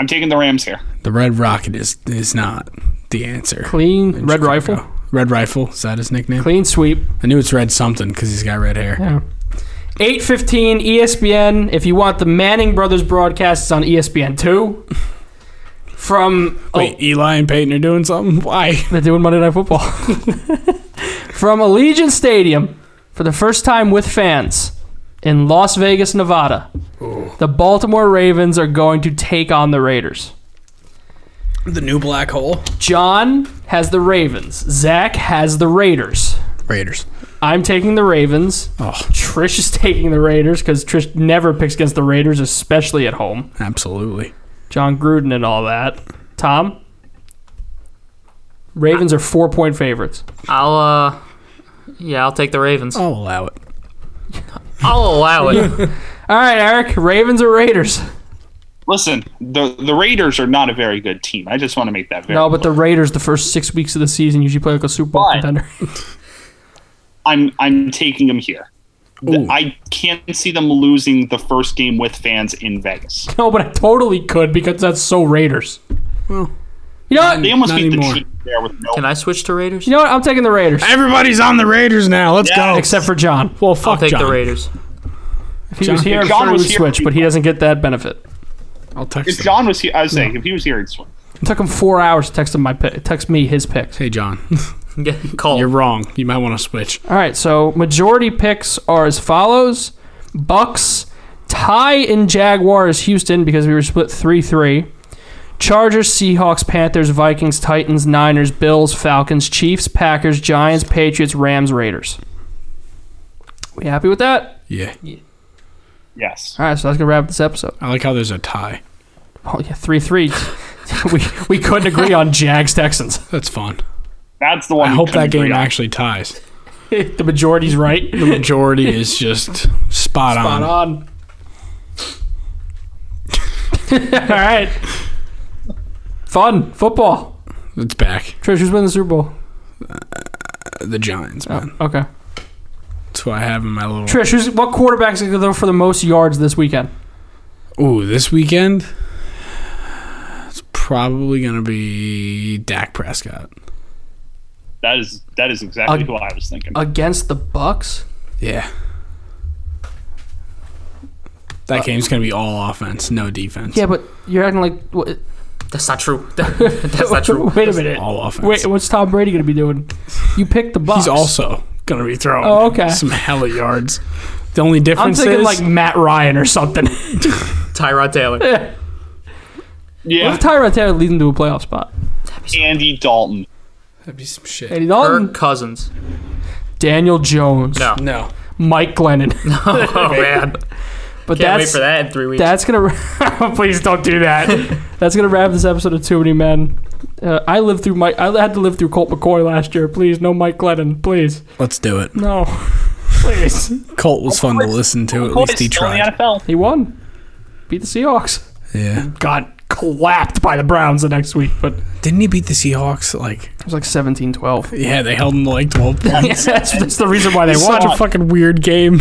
Speaker 5: I'm taking the Rams here.
Speaker 3: the Red Rocket is is not the answer.
Speaker 2: clean red
Speaker 3: Chicago.
Speaker 2: rifle,
Speaker 3: Red Rifle is that his nickname?
Speaker 2: clean sweep.
Speaker 3: I knew it's Red something because he's got red hair.
Speaker 2: Yeah. Eight fifteen E ESPN. If you want the Manning brothers broadcast, it's on E ESPN two. From
Speaker 3: Wait, Eli and Peyton are doing something. Why?
Speaker 2: oh, they're doing Monday Night Football. From Allegiant Stadium, for the first time with fans in Las Vegas, Nevada, the Baltimore Ravens are going to take on the Raiders.
Speaker 3: The new black hole.
Speaker 2: John has the Ravens. Zach has the Raiders.
Speaker 3: Raiders.
Speaker 2: I'm taking the Ravens.
Speaker 3: Oh,
Speaker 2: Trish is taking the Raiders because Trish never picks against the Raiders, especially at home.
Speaker 3: absolutely.
Speaker 2: John Gruden and all that. Tom? Ravens are four point favorites.
Speaker 1: I'll uh, yeah, I'll take the Ravens.
Speaker 3: I'll allow it.
Speaker 1: I'll allow it.
Speaker 2: All right, Eric. Ravens or Raiders?
Speaker 5: Listen, the the Raiders are not a very good team. I just want to make that very.
Speaker 2: No, but the Raiders, the first six weeks of the season, usually play like a Super Bowl
Speaker 5: Why?
Speaker 2: contender.
Speaker 5: I'm I'm taking them here. The-
Speaker 3: Ooh.
Speaker 5: I can't see them losing the first game with fans in Vegas.
Speaker 2: no, but I totally could because that's so Raiders. You know what?
Speaker 5: They almost
Speaker 3: Not
Speaker 5: beat
Speaker 3: anymore.
Speaker 5: the Chiefs there with no.
Speaker 1: Can I switch to Raiders?
Speaker 2: You know what? I'm taking the Raiders.
Speaker 3: Everybody's on the Raiders now. Let's
Speaker 5: Yeah.
Speaker 3: go.
Speaker 2: Except for John.
Speaker 3: well, fuck
Speaker 1: I'll take
Speaker 3: John.
Speaker 1: the Raiders.
Speaker 2: If he was
Speaker 3: John-
Speaker 2: here, I'm
Speaker 5: John
Speaker 2: sure he
Speaker 5: was
Speaker 2: would
Speaker 5: here,
Speaker 2: switch, but he doesn't get that benefit.
Speaker 3: I'll text
Speaker 5: if
Speaker 3: him.
Speaker 5: John was here, I was saying if he was here, he'd swing.
Speaker 2: It took him four hours to text him my pick, text me his picks.
Speaker 3: Hey, John,
Speaker 1: Yeah, call.
Speaker 3: you're wrong. You might want to switch.
Speaker 2: All right, so majority picks are as follows: Bucks, tie in Jaguars, Houston because we were split three three. Chargers, Seahawks, Panthers, Vikings, Titans, Niners, Bills, Falcons, Chiefs, Packers, Giants, Patriots, Rams, Raiders. We happy with that?
Speaker 3: Yeah,
Speaker 5: Yes.
Speaker 2: All right, so that's gonna wrap up this episode.
Speaker 3: I like how there's a tie.
Speaker 2: Oh yeah, three three. we we couldn't agree on Jags Texans.
Speaker 3: That's fun.
Speaker 5: That's the one.
Speaker 3: I
Speaker 5: we
Speaker 3: hope
Speaker 5: couldn't
Speaker 3: that game
Speaker 5: agree on.
Speaker 3: actually ties.
Speaker 2: the majority's right.
Speaker 3: The majority is just spot, on.
Speaker 2: Spot on. All right. Fun football.
Speaker 3: It's back.
Speaker 2: Trish, who's winning the Super Bowl?
Speaker 3: The Giants, man.
Speaker 2: Okay.
Speaker 3: That's what I have in my little.
Speaker 2: Trish, who's what quarterback's going to go for the most yards this weekend?
Speaker 3: Ooh, this weekend. It's probably gonna be Dak Prescott.
Speaker 5: That is that is exactly
Speaker 2: Ag-
Speaker 5: who I was thinking.
Speaker 2: Against the Bucks?
Speaker 3: Yeah. That game's gonna be all offense, no defense.
Speaker 2: Uh, Yeah, but you're acting like what,
Speaker 1: That's not true. That's not true.
Speaker 2: Wait a minute.
Speaker 3: all offense.
Speaker 2: Wait, what's Tom Brady going to be doing? You picked the Bucks.
Speaker 3: he's also gonna be throwing.
Speaker 2: Oh, okay.
Speaker 3: Some hella yards. The only
Speaker 2: I'm
Speaker 3: difference
Speaker 2: thinking
Speaker 3: is
Speaker 2: like Matt Ryan or something.
Speaker 1: Tyrod Taylor.
Speaker 5: yeah,
Speaker 2: What if Tyrod Taylor leads him to a playoff spot?
Speaker 5: Andy Dalton.
Speaker 3: that'd be some shit.
Speaker 2: Andy Dalton,
Speaker 1: Kirk Cousins.
Speaker 2: Daniel Jones,
Speaker 1: No.
Speaker 3: No,
Speaker 2: Mike Glennon.
Speaker 1: Oh man, can't wait
Speaker 2: But that's
Speaker 1: for that in three weeks.
Speaker 2: That's gonna. please don't do that. That's gonna wrap this episode of Too Many Men. Uh, I lived through Mike. I had to live through Colt McCoy last year. Please, no Mike Glennon. Please,
Speaker 3: let's do it.
Speaker 2: no. Please,
Speaker 3: Colt was fun to listen to. At
Speaker 5: Boy,
Speaker 3: least he
Speaker 5: still in
Speaker 3: tried.
Speaker 5: the NFL.
Speaker 2: he won. Beat the Seahawks.
Speaker 3: Yeah.
Speaker 2: Got clapped by the Browns the next week, but it
Speaker 3: Didn't he beat the Seahawks? Like,
Speaker 2: was like 17-12.
Speaker 3: yeah, they held him to like twelve points.
Speaker 2: yeah, that's, that's the reason why they
Speaker 3: It's
Speaker 2: won.
Speaker 3: such a fucking weird game.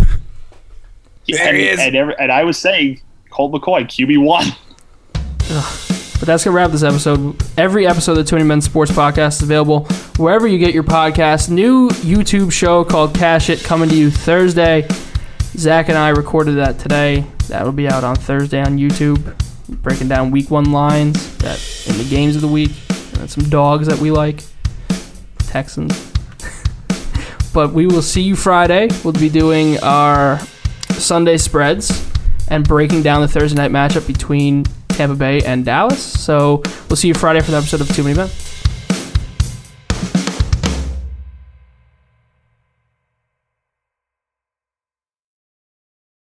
Speaker 3: There
Speaker 5: and,
Speaker 3: he is.
Speaker 5: And, every, and I was saying Colt McCoy, QB one.
Speaker 2: But that's going to wrap this episode. Every episode of the 20 Men Sports Podcast is available wherever you get your podcast. New YouTube show called Cash It coming to you Thursday. Zach and I recorded that today. That'll be out on Thursday on YouTube. Breaking down week one lines that in the games of the week. And some dogs that we like. Texans. but we will see you Friday. We'll be doing our Sunday spreads and breaking down the Thursday night matchup between Tampa Bay and Dallas. So we'll see you Friday for the episode of Too Many Men.